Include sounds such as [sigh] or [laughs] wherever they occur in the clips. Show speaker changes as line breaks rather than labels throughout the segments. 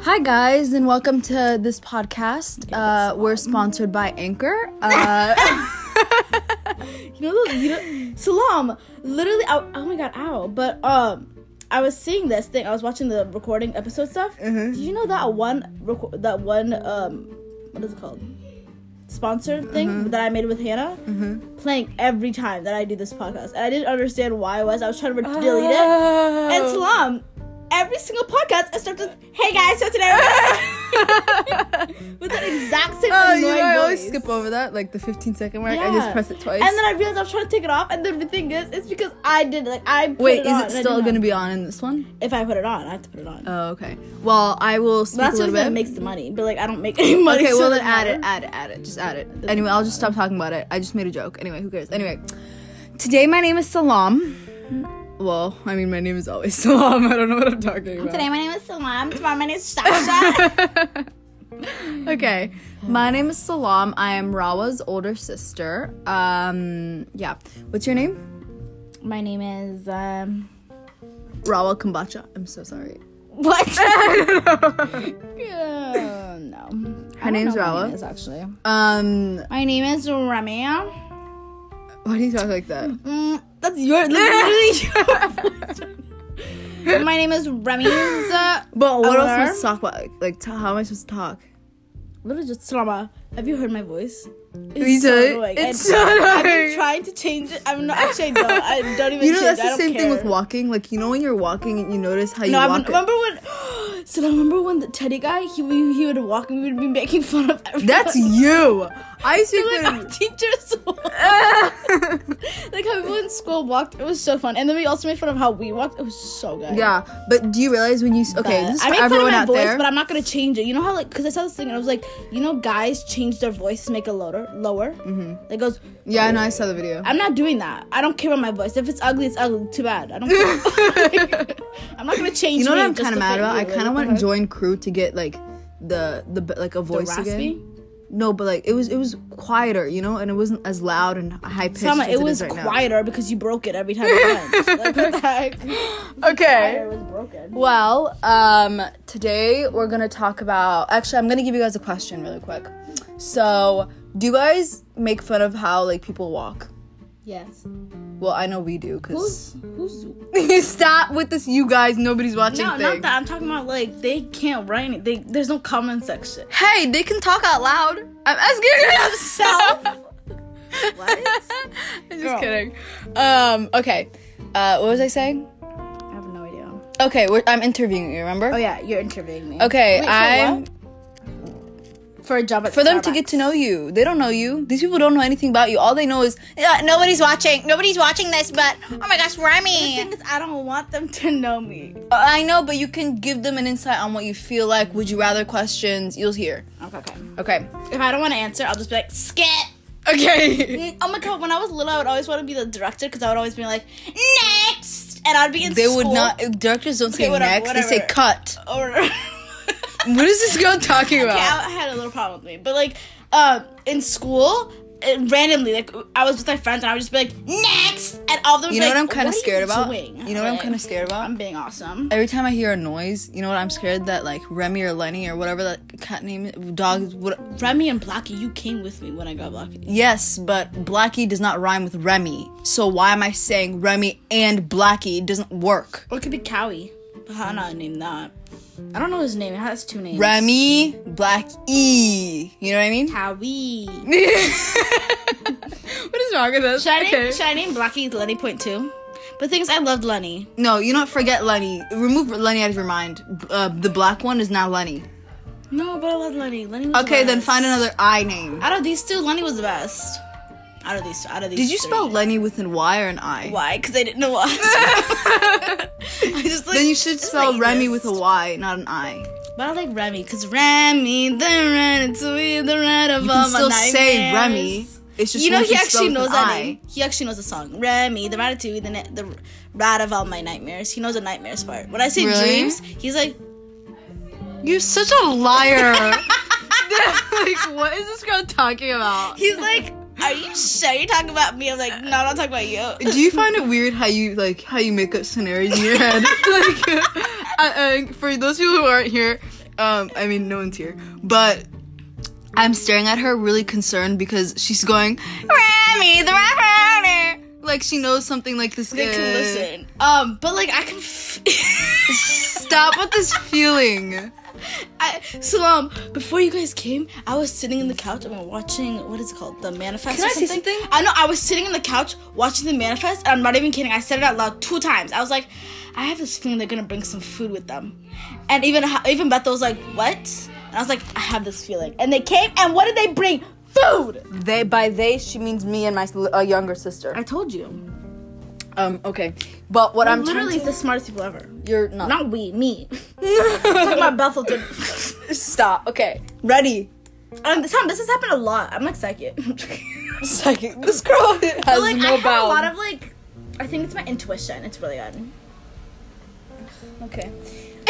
Hi guys, and welcome to this podcast. Uh, we're sponsored by [laughs] Anchor. Uh, you know, you know, Salam. Literally, I, oh my god, ow! But um, I was seeing this thing. I was watching the recording episode stuff.
Mm-hmm.
Did you know that one record? That one um, what is it called? Sponsored thing
Mm-hmm.
that I made with Hannah, playing every time that I do this podcast, and I didn't understand why it was. I was trying to re- delete
[laughs]
it.
Oh,
And Salam, every single podcast, I start with, hey guys, so today we're [laughs] with that exact same
Oh, you
annoying
know, I always
voice.
skip over that, like the 15 second mark. I
Yeah.
just press it twice.
And then I realized I was trying to take it off, and then the thing is, it's because I did it. Like, I put
Wait,
it
is
on.
it still gonna be on in this one?
If I put it on, I have to put it on.
Oh, okay. Well, I will speak
That's
a
what
little bit.
makes the money, but like I don't make any money.
okay,
so
well then
doesn't
add it,
[laughs] matter.
add it, add it. Just add it. Anyway, I'll just stop talking about it. I just made a joke. Anyway, who cares? Anyway, today my name is Salam. Well, I mean, my name is always [laughs] Salam. I don't know what I'm talking about.
Today my name is Salam. Tomorrow my name is [laughs] Sasha.
okay. My name is Salam. I am Rawa's older sister. Um, yeah. What's your name?
my name is [laughs] um.
Rawa Kombacha. I'm so sorry.
What? Uh, no.
Her name's
Rawa.
Rawa.
Is actually.
Um,
My name is Remy.
why do you talk like that?
Mm, that's [laughs] your literally. [laughs] your- my name is uh, Remy.
[laughs] But what else am I
Alarm?
supposed to talk about? Like, like t- how am I supposed to talk?
Literally just Salama. Have you heard my voice? It's
We
so
don't-
annoying.
it's
And
so
I've been
annoying.
trying to change it. I'm not actually. I don't. I
[laughs]
don't even.
You know,
change.
that's
I
the
don't
same thing
care.
with walking. Like, you know, when you're walking and you notice how you
No, I
walk.
[laughs] remember when. [gasps] So I remember when the teddy guy he would- he would walk and we would be making fun of everyone. [laughs]
that's you. I speak
like our
with.
teachers. [laughs] like how people in school walked. It was so fun, and then we also made fun of how we walked. It was so
[laughs]
good.
yeah, but do you realize when you s- okay?
But
This is
I
for
make fun of
everyone
my
out
voice,
there.
but I'm not gonna change it. You know how like because I saw this thing and I was like, you know, guys change their voice to make it lower, lower. Mm-hmm. It goes.
yeah, I know. I saw the video.
I'm not doing that. I don't care about my voice. If it's ugly, it's ugly. Too bad. I
[laughs]
don't care. [laughs] I'm not gonna change.
You know what
me
I'm
just
kind of
to
mad
fit
about?
you.
I
Like,
kind of
what
want
the
to join crew to get like the the b- like a
heck?
voice
raspy.
again. No, but like it was it was quieter, you know, and it wasn't as loud and high pitched.
Tama,
as
it
is
was
right now.
quieter because you broke it every time. you
[laughs]
went. like, what the heck?
Okay.
It was broken.
Well, um, today we're gonna talk about. Actually, I'm gonna give you guys a question really quick. So, do you guys make fun of how like people walk?
Yes.
Well, I know we do. Cause
Who's who's?
[laughs] stop with this, you guys. Nobody's watching.
No,
thing.
not that. I'm talking about like they can't write it. They, there's no comment
[laughs]
section.
Hey, they can talk out loud. I'm asking yourself.
What?
[laughs] I'm just
Girl.
kidding. Um. Okay. Uh. What was I saying?
I have no idea.
Okay. We're, I'm interviewing you. Remember?
Oh yeah, you're interviewing me.
Okay.
Wait, for
I'm.
what? for a job at
for them to get to know you. They don't know you. These people don't know anything about you. All they know is yeah, nobody's watching. Nobody's watching this, but oh my gosh,
The
Remy. Uh,
thing is, I don't want them to know me.
I know, but you can give them an insight on what you feel like. Would you rather questions? You'll hear.
Okay, okay.
Okay.
If I don't want to answer, I'll just be like, skip.
Okay.
Oh my god, when I was little, I would always want to be the director because I would always be like, next, and I'd be in.
They would
school
not. Directors don't say
Okay, whatever,
next. They say
whatever.
cut.
[laughs] Or. [laughs]
What is this girl talking about?
Yeah, I had a little problem with me, but like, um, in school. It, randomly, like I was with my friends, and I would just be like, "Next," and all of them. would
You
be
know what I'm
like,
kind of
are
scared about?
doing?"
You know what I'm
Like,
kind of scared about?
I'm being awesome.
Every time I hear a noise, you know what I'm scared that like Remy or Lenny or whatever that cat name dog what
Remy and Blackie, you came with me when I got Blackie.
Yes, but Blackie does not rhyme with Remy. So why am I saying Remy and Blackie It doesn't work?
Or it could be Cowie. But how not name that? I don't know his name. It has two names.
Remy, Black E. You know what I [laughs] mean?
Cowie.
what is wrong with us?
Should I, name, should I name Blackie Lenny Point Two? But things I loved Lenny.
No, you don't forget Lenny. Remove Lenny out of your mind. Uh, the black one is now Lenny.
No, but I loved Lenny. Lenny was
Okay,
the
then
best.
find another I name.
Out of these two, Lenny was the best. Out of these two. Out of these.
Did you
three.
spell Lenny with an Y or an I?
[laughs] Why? Because I didn't know
[laughs]
what. [laughs] I just like.
Then you should
this is
spell
the
Remy
easiest.
with a Y, not an I.
But I like Remy because Remy, the ratatouille, the rat of
You
all
can
my
still say
nightmares.
Remy. It's just
you know
when
he
spell with
actually
an
knows that
I.
name. He actually knows the song. Remy, the ratatouille, the na- the rat of all my nightmares. He knows the nightmares part. When I say
Really?
dreams, he's like,
You're such a [laughs] liar. like, what is this girl talking about?
he's like, are you sure you're talking about me? I'm like, no, I'm not talking about [laughs] you.
Do you find it weird how you like [laughs] how you make up scenarios in your head? like, uh, uh, for those people who aren't here, Um, I mean, no one's here, but I'm staring at her really concerned because she's going, Remy the rapper. Like she knows something like this.
They can
uh,
listen. Um, but like I can. F- [laughs]
Stop with this feeling.
I, Salam, before you guys came, I was sitting in the couch and I'm watching what is it called, the manifest.
Can
or
I say
something?
something?
I know. I was sitting in the couch watching the manifest, and I'm not even kidding. I said it out loud two times. I was like, I have this feeling they're gonna bring some food with them, and even even Beth was like, what? And I was like, I have this feeling, and they came, and what did they bring? Food.
They by they she means me and my uh, younger sister.
I told you.
Um, okay, but what I'm
Literally,
literally
it's the smartest people ever.
you're not. [laughs]
Not we, me. [laughs] Talking about Bethel. To- [laughs]
Stop. Okay, ready. [laughs]
um, this, this has happened a lot. I'm like psychic. [laughs]
Second, this girl [laughs] has
But, like I
no
have a
bounds.
lot of like I think it's my intuition. It's really good.
Okay.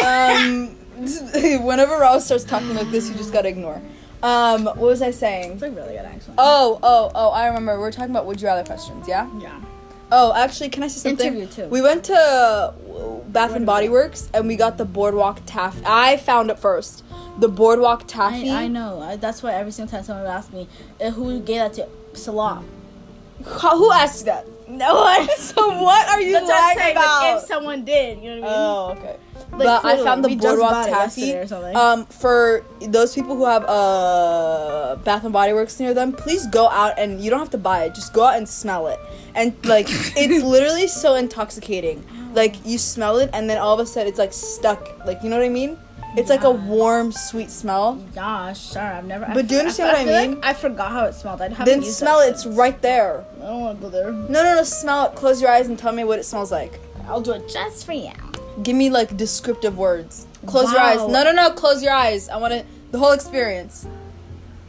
Um, [laughs] whenever Ross starts talking like this, you just gotta ignore. Um, what was I saying?
It's like really good actually.
Oh, oh, oh! I remember. We're talking about would you rather questions, yeah?
yeah.
Oh, actually, can I say something?
Interview, too.
We went to uh, Bath and Body Works and we got the Boardwalk Taffy. I found it first. The Boardwalk Taffy.
I, I know. I, that's why every single time someone asks me uh, who gave that to Salam.
Ho- Who asked you
[laughs]
that?
No one.
So what are you
That's what I'm
lying
saying.
about?
Like, if someone did, you know what I mean.
Oh, okay. but I
literally,
found the
we just
boardwalk
bought it
taffy.
yesterday or something.
Um, for those people who have uh Bath and Body Works near them, please go out and you don't have to buy it. Just go out and smell it, and
[laughs]
like it's literally so intoxicating. Like you smell it, and then all of a sudden it's like stuck. Like you know what I mean? It's like a
Yeah.
warm, sweet smell.
Gosh, sorry, I've never.
But do you understand what I
feel like
mean?
I forgot how it smelled. I haven't
Then
used
smell
that
it. It's
since.
right there.
I don't want to go there.
No, no, no. Smell it. Close your eyes and tell me what it smells like.
I'll do it just for you.
Give me like descriptive words. Close your eyes.
Wow.
No, no, no. Close your eyes. I want to the whole experience.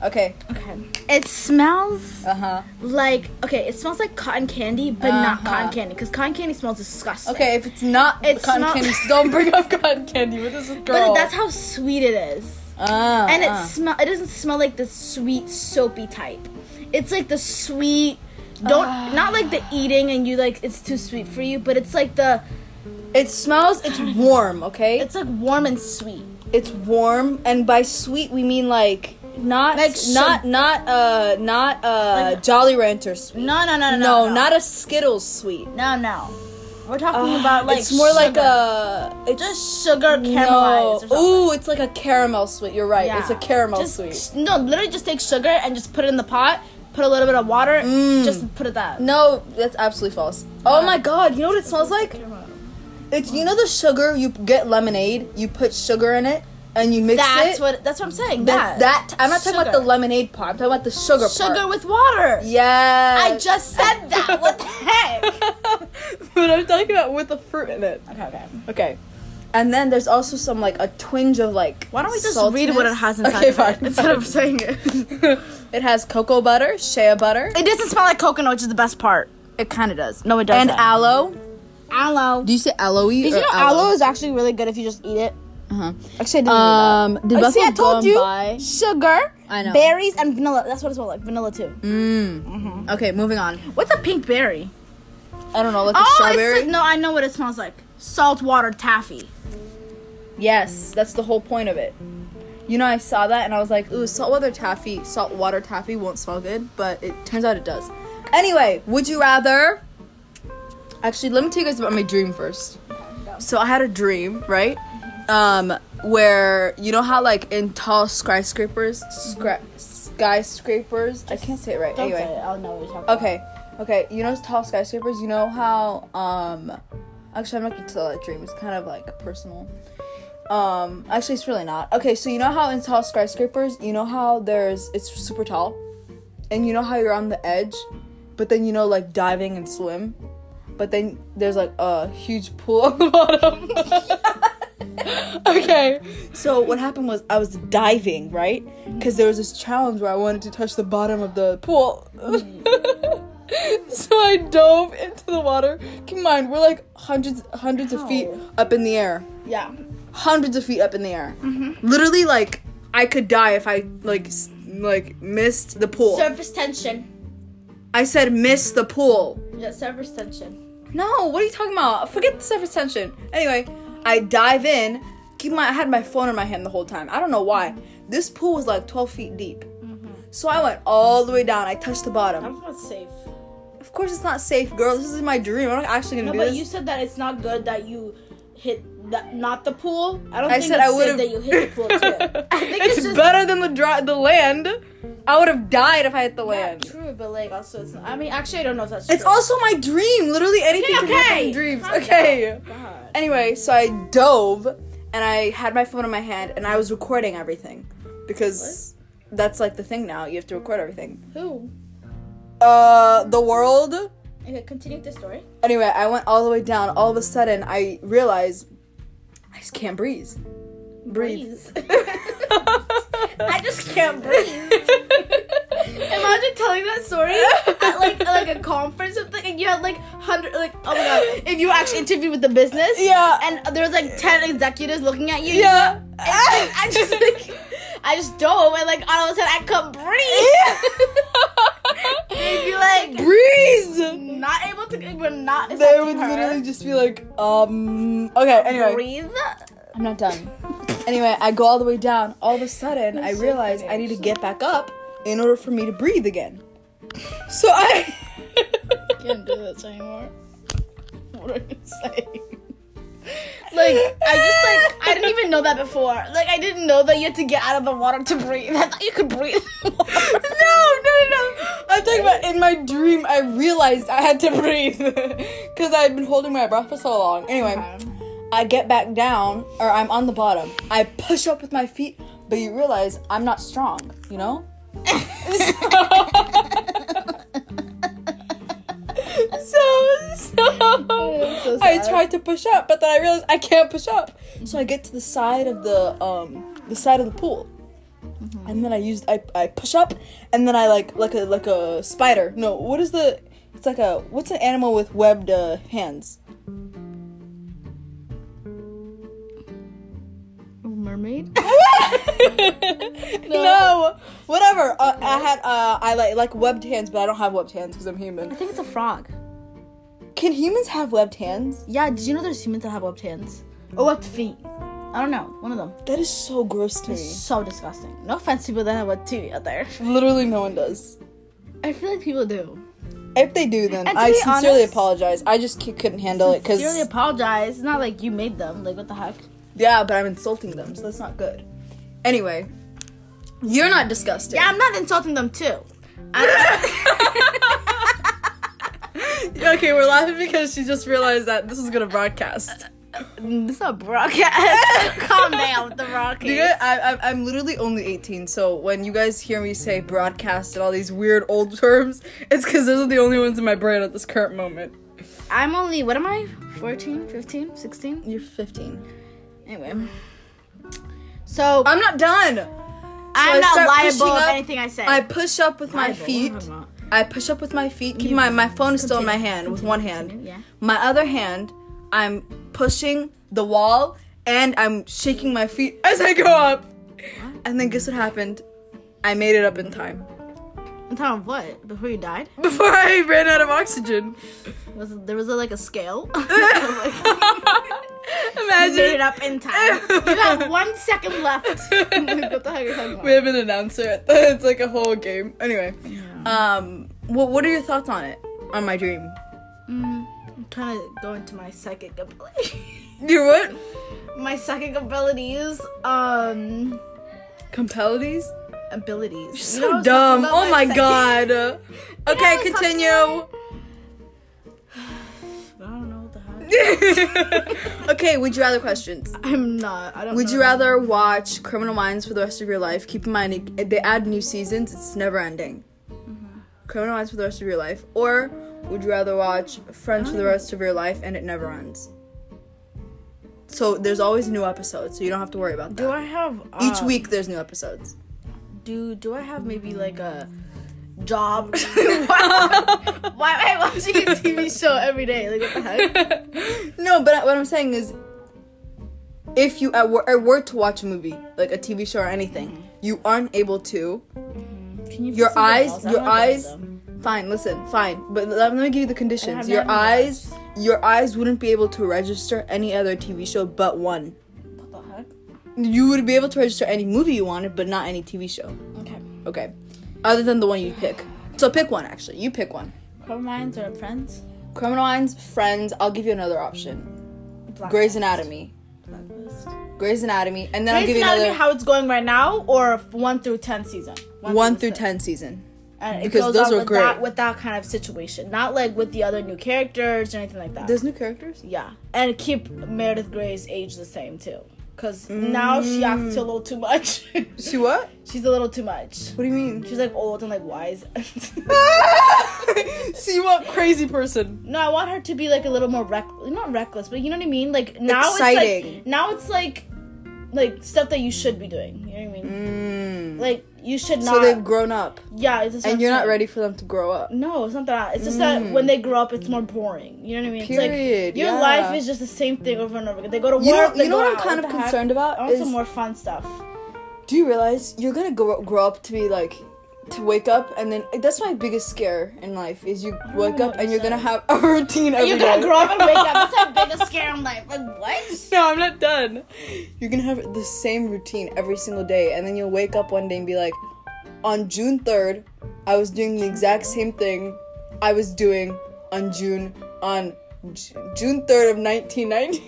Okay.
Okay. It smells
Uh huh.
like okay. It smells like cotton candy, but not
Uh-huh.
cotton candy because cotton candy smells disgusting.
Okay, if it's not
It's
cotton
not- [laughs]
candy, don't bring up cotton candy. What is this girl?
But that's how sweet it is.
Ah,
And it
ah.
smell it doesn't smell like the sweet soapy type. It's like the sweet don't
Ah.
not like the eating and you like it's too sweet for you, but it's like the
it smells. It's warm. Okay, it's,
it's like warm and sweet.
warm, and by sweet we mean like not
Like
not
some-
not uh not uh
Like-
Jolly Rancher sweet.
No no no no
No,
no,
not a Skittles sweet.
No no. We're talking
Ah,
about like
it's more like
sugar.
a it's
just sugar
no.
caramelized or something.
Ooh, it's like a caramel sweet. You're right. It's a
Yeah.
caramel
Just-
sweet.
No, literally just take sugar and just put it in the pot, put a little bit of water,
Mm.
just put it that.
No, that's absolutely false. Oh my god, you know what it smells like? It's you know the sugar you get lemonade, you put sugar in it and you mix
That's
it.
what that's what I'm saying.
that, that I'm not talking about the
Sugar.
lemonade part. I'm talking about the sugar,
sugar
part.
with water.
Yeah.
I [laughs] just said that. What the heck?
but I'm talking about with the fruit in it.
Okay, okay.
Okay. And then there's also some like a twinge of like.
Why don't we just read what it has
saltiness. [laughs]
inside
Okay,
of it
fine.
instead of saying it? [laughs]
it has cocoa butter, shea butter,
It doesn't smell like coconut, which is the best part. It kind of does. No, it doesn't.
and aloe.
aloe.
Do you say aloe?
Did you know aloe is actually really good if you just eat it?
Uh-huh.
Actually, I didn't
Um,
know
did
that. Oh, see, I
Buffalo
told
go
you.
and buy-
Sugar,
I know.
berries, and vanilla. That's what it smells like. Vanilla too.
Mm. Okay, moving on.
What's a pink berry?
I don't know, like a
oh,
strawberry.
It's, no, I know what it smells like. Saltwater taffy.
Yes, that's the whole point of it. You know, I saw that and I was like, ooh, saltwater taffy, saltwater taffy won't smell good, but it turns out it does. Anyway, would you rather? Actually, let me tell you guys about my dream first. So I had a dream, right? Um, where you know how like in tall skyscrapers, scra- skyscrapers. I can't say it right.
Don't
anyway,
say it. I don't know what you're talking
Okay, okay. You know tall skyscrapers. You know how um, actually I'm not gonna tell that dream. It's kind of like personal. Um, actually it's really not. Okay, so you know how in tall skyscrapers, you know how there's it's super tall, and you know how you're on the edge, but then you know like diving and swim, but then there's like a huge pool [laughs] on the bottom. okay. So what happened was I was diving, right? Because there was this challenge where I wanted to touch the bottom of the pool. [laughs] so I dove into the water. Keep in mind, we're like hundreds hundreds of feet
How?
up in the air.
about. Yeah.
Hundreds of feet up in the air. Literally like I could die if I like s- like missed the pool.
Surface tension.
I said miss the pool.
Yeah, surface tension.
No, what are you talking about? Forget the surface tension. Anyway, I dive in keep my I had my phone in my hand the whole time. I don't know why. This pool was like 12 feet deep.
Mm-hmm.
So I went all the way down. I touched the bottom.
I'm not safe.
Of course, it's not safe, girl. This is my dream. I'm not actually gonna
No,
do
but
this.
you said that it's not good that you hit that not the pool. I don't
I
think
said
it's
I would
safe
have.
that you hit the
[laughs]
pool [laughs] too. I think it's, just
better than the dry, the land. I would have died if I hit the
not
land.
true, but like also it's. Not, I mean, actually, I don't know if that's.
It's
true.
also my dream. Literally anything
okay.
can happen in
okay.
dreams.
Calm
okay.
down. God.
Anyway, so I dove and I had my phone in my hand and I was recording everything because that's like the thing now. You have to record everything.
Who?
Uh, the world.
Okay, continue with the [laughs] story.
Anyway, I went all the way down. All of a sudden, I realized I just can't breathe. Breathe. [laughs]
[laughs] I just can't breathe. Imagine telling that story at like like a conference or something, and you had like hundred like oh my god, if you actually interviewed with the business,
Yeah.
and there was like ten executives looking at you,
yeah. [laughs]
I just [laughs] like I just dove and like all of a sudden I couldn't breathe. [laughs] They'd be like
breathe.
[laughs] not able to we're not
They
accepting
would
her.
literally just be like, um, okay. Anyway.
breathe.
I'm not done. anyway, I go all the way down. All of a sudden, I
so
realize
funny,
I need to get back up in order for me to breathe again. So I. [laughs]
Can't do this anymore. What are you saying? Like I just like I didn't even know that before. Like I didn't know that you had to get out of the water to breathe. I thought you could breathe. [laughs] in water.
no, no, no, no. I'm talking about in my dream, I realized I had to [laughs] breathe. Because I had been holding my breath for so long. Anyway, I get back down, or I'm on the bottom. I push up with my feet, but you realize I'm not strong, you
[laughs]
know? [laughs] [laughs] so, so,
so
I
sad.
tried to push up, but then I realized I can't push up. So I get to the side of the um the side of the pool.
Mm-hmm.
And then I used I, I push up and then I like like a like a spider. No, what is the it's like a what's an animal with webbed uh, hands?
[laughs] Mermaid.
no. whatever. Uh, I had uh, I like like webbed hands, but I don't have webbed hands because I'm
I
human.
think it's a frog.
Can humans have webbed hands?
Yeah, did you know there's humans that have webbed hands? Or webbed feet? I don't know. One of them.
That is so gross to me.
So disgusting. No offense to people that have webbed feet out there.
Literally, no one does.
I feel like people do.
If they do, then
And to
I
be
sincerely
honest-
apologize. I just c- couldn't handle it because
Sincerely apologize. It's not like you made them. Like, what the heck?
yeah, but I'm insulting them, so that's not good. Anyway, you're not disgusted.
Yeah, I'm not insulting them too. I
[laughs] okay, we're laughing because she just realized that this is gonna
Uh,
broadcast.
it's a broadcast. [laughs] Calm down with the Rockies.
You guys, I, I, I'm literally only 18, so when you guys hear me say broadcast and all these weird old terms, it's because those are the only ones in my brain at this current moment.
I'm only, what am I? 14, 15, 16?
You're 15.
Anyway. So,
I'm not done.
I'm
I
not
start
liable
pushing
of
up.
anything I say.
I push up with my
Liable, what
feet.
am I not?
I push up with my feet. Keep my my phone is still in my hand with one hand.
continue, yeah.
My other hand, I'm pushing the wall and I'm shaking my feet as I go up. And then guess what happened? I made it up in time [laughs]
In time of what? Before you died?
before I ran out of oxygen.
[laughs] Was there was a, like a [laughs] scale? Oh You made it
[laughs] Imagine.
up in time. You have one second left. [laughs] Like, what the heck are you talking about?
We have an announcer. [laughs] It's like a whole game. Anyway, um, what what are your thoughts on it? On my dream?
Mm, I'm trying to go into my psychic ability.
You what?
my psychic abilities, um,
Compelities?
abilities.
So
You're
dumb. Oh my god. Okay,
I was talking
continue.
I don't know what the
[laughs]
heck.
okay, would you rather questions?
I'm not. I don't.
Would
know.
you rather watch Criminal Minds for the rest of your life? Keep in mind, it- they add new seasons, it's never ending.
Mm-hmm.
Criminal Minds for the rest of your life. Or would you rather watch Friends
Oh.
for the rest of your life and it never ends? So there's always new episodes, so you don't have to worry about
Do
that.
I have
Each
uh,
week there's new
[laughs]
episodes. [laughs]
Do Do I have maybe like a job? [laughs] why, why am I watching a TV show every day? Like what the
[laughs]
heck?
no, but what I'm saying is, if you uh, were, uh, were to watch a movie, like a TV show or anything,
Mm-hmm.
you aren't able to.
Can you
Your
fix
eyes-
something else? I
your
don't like
eyes-
them.
Fine, listen, fine, but let, let me give you the conditions.
have
Your
that in my
eyes, your eyes wouldn't be able to register any other TV show but one.
What the heck?
you would be able to register any movie you wanted, but not any TV show.
Okay.
Okay. Other than the one you pick. So pick one actually. You pick one.
Criminal Minds or Friends?
Criminal Minds, Friends. I'll give you another option.
Blacklist.
Grey's Anatomy.
Blacklist.
Grey's Anatomy, and then I'll
Grey's
give you
Anatomy,
another
how it's going right now, or f- one through ten season.
one through ten season.
And it
because
goes
those
on
were
with That,
great.
with that kind of situation, not like with the other new characters or anything like that.
There's new characters.
yeah, and keep Meredith Grey's age the same too, because now she
Mm.
acts a little too much. [laughs]
She what?
She's a little too much.
What do you [laughs] mean?
She's like old and like
[laughs]
wise.
so you want crazy person?
no, I want her to be like a little more reck not reckless, but you know what I mean. Like now it's
Exciting.
like now it's like like stuff that you should be doing. You know what I mean?
Mm.
Like you should not.
So they've grown up,
yeah, it's just
and
what
you're
I'm
not
saying.
ready for them to grow up.
No, it's not that. It's just that when they grow up, it's more boring. You know what I mean?
Mm. Period,
It's like your
yeah.
life is just the same thing over and over again. They go to
You know,
work. they
you know
go
what I'm
out.
kind
What
of
the heck?
concerned about
I want
is
some more fun stuff.
Do you realize you're gonna grow, grow up to be like to wake up and then that's my biggest scare in life is you
don't
wake
know
up
what
and
you're
you're gonna have a routine every
You're gonna
day.
grow up and wake up.
[laughs]
That's how big a scare in life. Like what?
No, I'm not done. You're gonna have the same routine every single day, and then you'll wake up one day and be like, on June 3rd, I was doing the exact same thing I was doing on June on J- June 3rd of [laughs] 1990.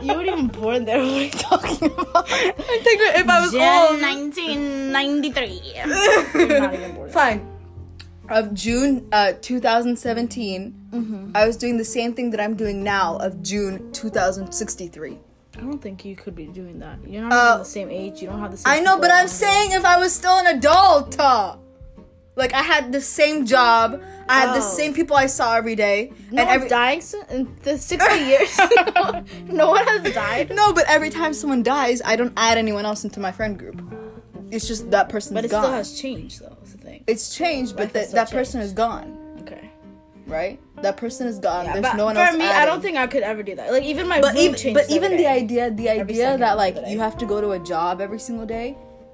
You weren't even born there. What are
[laughs]
you talking about?
I think if I was
Jan
old,
1993. You're Oh.
[laughs]
not even born.
fine. Of June uh, 2017, I was doing the same thing that I'm doing now of June 2063.
I don't think you could be doing that. You're not
Uh,
even the same age. You don't have the same.
I know, but
people
I'm
around
saying if I was still an adult, uh, like I had the same job, I had the
Oh.
same people I saw every day,
you. No
and
one's
every
dying so- in the 60
[laughs]
years. [laughs] no one has died.
no, but every time someone dies, I don't add anyone else into my friend group. It's just that person's
But it
gone.
still has changed, though. Is the thing.
it's changed,
Life
but
has
that
still
that person is gone,
Okay.
right? That person is gone.
Yeah,
There's
but
no one
for
else.
me, I
added.
don't think I could ever do that. Like even my
But
room
even
changes
but even
every
the
day.
idea the idea
second
that
of
like
the day.
you have to go to a job every single day,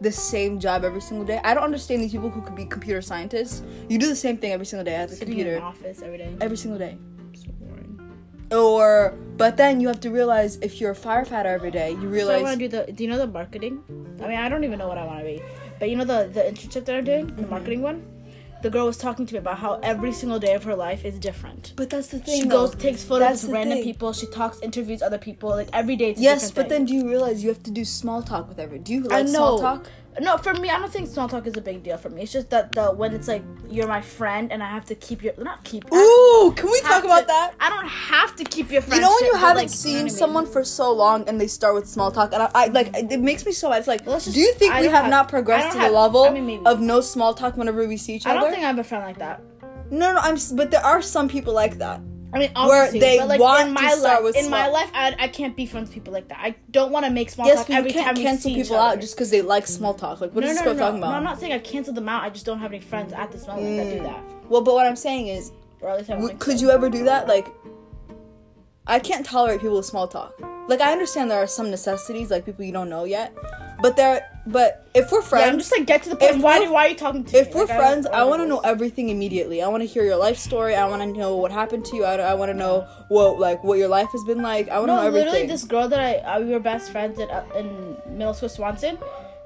the same job every single day. I don't understand these people who could be computer scientists. You do the same thing every single day at the
Sitting in an
computer
office every day.
every single day.
so boring.
Or but then you have to realize if you're a firefighter every day, you
So I
realize
want to do the. Do you know the marketing? I mean, I don't even know what I want to be, but you know the the internship that I'm doing, the
Mm-hmm.
marketing one. The girl was talking to me about how every single day of her life is different.
But that's the thing.
She goes,
though.
takes photos
That's
with
the
random
thing.
people. She talks, interviews other people. Like every day. It's a
Yes,
different
but
thing.
then do you realize you have to do small talk with every? Do you
I
like
know.
small talk?
No, for me, I don't think small talk is a big deal for me. It's just that the when it's like you're my friend and I have to keep your not keep. I
Ooh, can we
have
talk about
to-
that?
I don't have to keep your friendship.
You know when you
but,
haven't
like,
seen
you know what I mean?
someone for so long and they start with small talk, and I, I like it it makes me so mad. It's like,
Let's just-
do you think
I
we
don't
have,
have-
not
I
progressed to
don't
the
have-
level
I mean, maybe.
of no small talk whenever we see each
I
other?
don't think I have a friend like that.
no, no, I'm. s- But there are some people like that.
I mean,
Where
obviously,
they
but like
want
in
to
my
start
life,
with
in my
small-
life, I, I can't be friends with people like that. I don't want to make small
Yes,
talk
but you
every
can't
time we
cancel
see
people
each other.
out just because they like small talk. Like, what
no,
is this
no, no,
girl
no,
talking
no,
about?
I'm not saying I canceled them out. I just don't have any friends at this moment that do that,
Well, but what I'm saying is,
or at least I don't
W-
think
could
so.
you ever do that? Like, I can't tolerate people with small talk. Like, I understand there are some necessities, like people you don't know yet, but there. But if we're
Yeah,
friends,
I'm just like get to the point.
If
why,
we're-
do- why are you talking to me?
if we're
Like, I don't-
friends,
don't
I want to
this.
know everything immediately. I want to hear your life story. I want to know what happened to you. I, I want to know what like what your life has been like. I want to know
No,
everything.
Oh, literally, this girl that I, I we were best friends in, uh, in middle school, Swanson.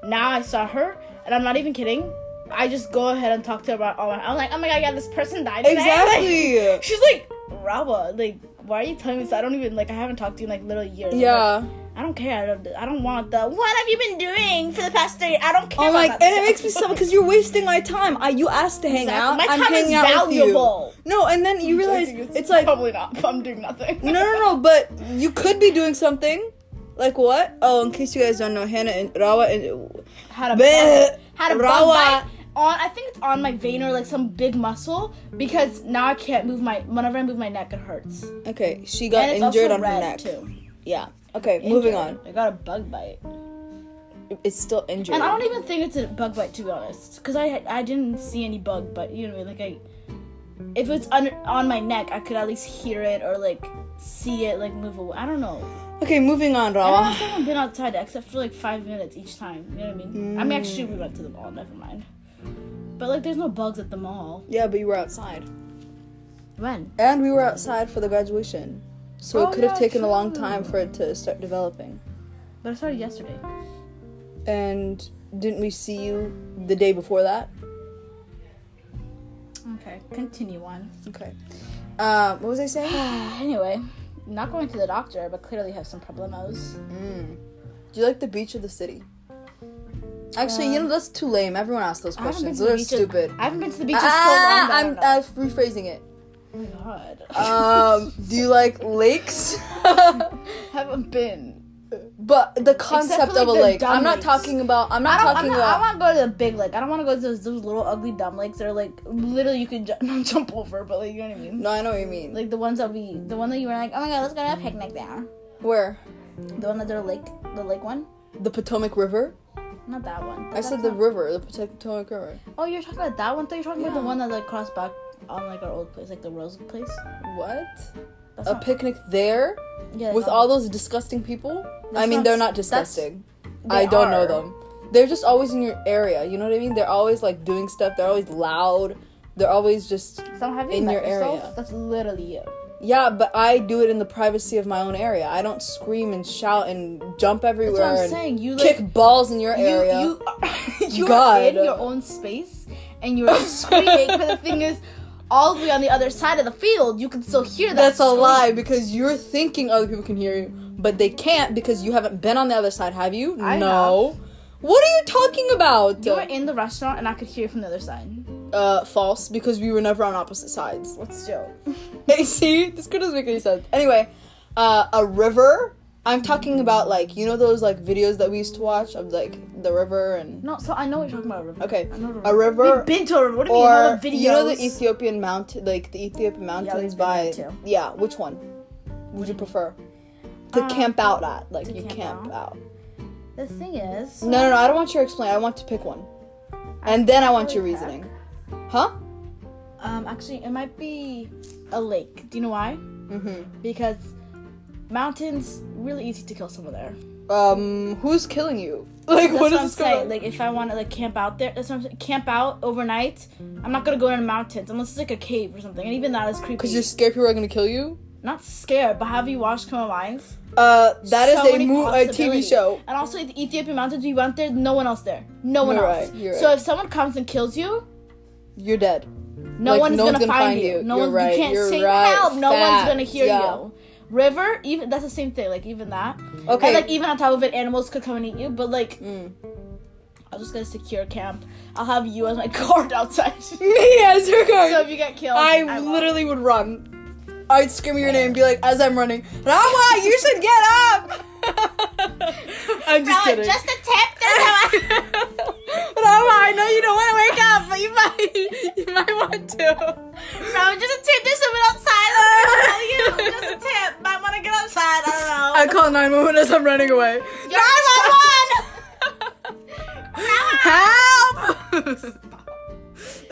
Now I saw her, and I'm not even kidding. I just go ahead and talk to her about all. My, I'm like, oh my god, yeah, this person died. today." [laughs]
Exactly.
Like, she's like, Raba, like, why are you telling me this? I don't even like. I haven't talked to you in like little years. I'm
yeah.
like, I don't care. I don't. I don't want the. What have you been doing for the past three? I don't care.
Oh my!
about
And
that
it
stuff."
makes me so because you're wasting my time. I you asked to hang
Exactly.
out.
My
I'm
time
hanging
is
out with you.
valuable.
No, and then
[laughs]
you
I
realize
think
it's like
probably not. [laughs] I'm doing nothing.
No, no, no, but you could be doing something. Like what? Oh, in case you guys don't know, Hannah and Rawa and
had a
Bleh.
bug, had a bug
Rawa.
bite on I think it's on my vein or like some big muscle because now I can't move my whenever I move my neck it hurts.
okay, she
And
got
it's
injured
also
on her
red
neck.
too.
Yeah. Okay, moving on.
Injured. I got a bug bite.
It's still injured.
And I don't even think it's a bug bite to be honest cuz I I didn't see any bug but you know what I mean? like I if it's on, on my neck I could at least hear it or like see it like move away. I don't know.
okay, moving on,
I don't know
Rawa.
if I've been outside except for like five minutes each time. You know what I mean? I mean actually
Mm.
we went to the mall, never mind. But like there's no bugs at the mall.
Yeah, but you were outside.
When?
And we were outside for the graduation. So
Oh,
it could have
yeah,
taken a long
true.
time for it to start developing.
But I started yesterday.
And didn't we see you the day before that?
Okay, continue on.
Okay. Uh, what was I
[gasps]
saying?
[sighs] anyway, not going to the doctor, but clearly have some problemos.
Do you like the beach or the city? Actually, you know that's too lame. Everyone asks those
Uh, I haven't been
questions.
to the
They're
beach.
stupid.
I haven't been to the beach in so
Ah,
long. that I
I'm
don't know.
uh, rephrasing it.
oh my god.
Um, [laughs] do you like lakes?
[laughs]
[laughs]
haven't been.
but the concept
for,
of a
like, the
lake.
dumb
I'm not
lakes.
talking about. I'm
I
not
don't. I'm
talking
not, I
about.
want to go to the big lake. I don't want to go to those, those little ugly dumb lakes that are like literally you can ju- [laughs] not jump over, but like you know what I mean.
no, I know what you mean.
Like the ones that we, the one that you were like, oh my god, let's go to a picnic there.
Where
The one that they're lake, the lake one.
the Potomac River?
Not that one. but
I said
that's
the
not-
river, the Potomac River.
Oh, you're talking about that one. Thought you were talking about the one that like crossed back on like our old place, like the Rose place.
What?
That's
A
not-
picnic there
yeah,
with
no.
all those disgusting people? I mean,
not-
they're not
that's-
disgusting.
they
I don't know
are.
them. They're just always in your area. You know what I mean? They're always like doing stuff. They're always loud. They're always just
Some have you
in
met
your
yourself?
area.
That's literally you.
yeah. But I do it in the privacy of my own area. I don't scream and shout and jump everywhere
That's what I'm
and
saying. You like
kick balls in your area.
you you [laughs] you are
God.
in your own space and you're
[laughs]
screaming. but the thing is, all the way on the other side of the field, you can still hear that.
That's a
scream.
lie because you're thinking other people can hear you, but they can't because you haven't been on the other side, have you?
I
no. What are you talking about?
You were in the restaurant and I could hear you from the other side.
Uh, false because we were never on opposite sides. [laughs]
What's Joe?
Hey, see, this could doesn't make any sense. Anyway, uh, a river. I'm talking about like you know those like videos that we used to watch of like the river and
[laughs] No, so I know what you're talking about. River.
okay,
I know river.
a river
We've been to a river. What do you mean? All
or
the videos.
you know the Ethiopian mountain, like the Ethiopian mountains
been
by
there too.
yeah. Which one would you prefer to
Um,
camp out at? Like
to
you
camp
camp out.
The thing is,
No, no, no. I don't want your explain. I want to pick one, and then I want your
really
reasoning. Huh?
um, actually, it might be a lake. Do you know why?
Mm-hmm.
Because mountains really easy to kill someone there.
Um, who's killing you? [laughs] Like,
That's
what
what
is
I'm
this going?
saying. Like, if I want to like camp out there, that's what I'm saying. Camp out overnight. I'm not gonna go in the mountains unless it's like a cave or something, and even that is creepy.
Because you're scared people are gonna kill you.
not scared, but have you watched Criminal Minds?
Uh, that is
So
a
many
mo- a TV
possibilities.
show.
And also the Ethiopian mountains. We went there. No one else there. No one
You're
else.
right, you're
so
right.
if someone comes and kills you,
You're dead. [laughs]
no
Like,
one's
no
gonna,
one's gonna
find
find
you.
you.
No
You're
one's
right,
you can't
you're
sing
right.
help. No one's gonna
Facts,
hear
yeah.
you. River, even that's the same thing. Like even that.
Okay.
And like even on top of it, animals could come and eat you. But like,
Mm.
I'll just get a secure camp. I'll have you as my [laughs] guard outside. so
yes, you're good.
if you get killed,
I
won't.
literally would run. I'd scream your name and be like, as I'm running, Rawa, you should get
[laughs]
up! I'm just
Rawa,
kidding.
just a tip. There's
[laughs]
how I-
Rawa, I know you don't want to wake up, but you might, you might want to.
Rawa, just a tip. There's someone outside. I don't know, you. Just a tip. Might want to get outside. I don't know.
[laughs] I call 911 as I'm running away.
You're on
[laughs] Help! [laughs]
[laughs]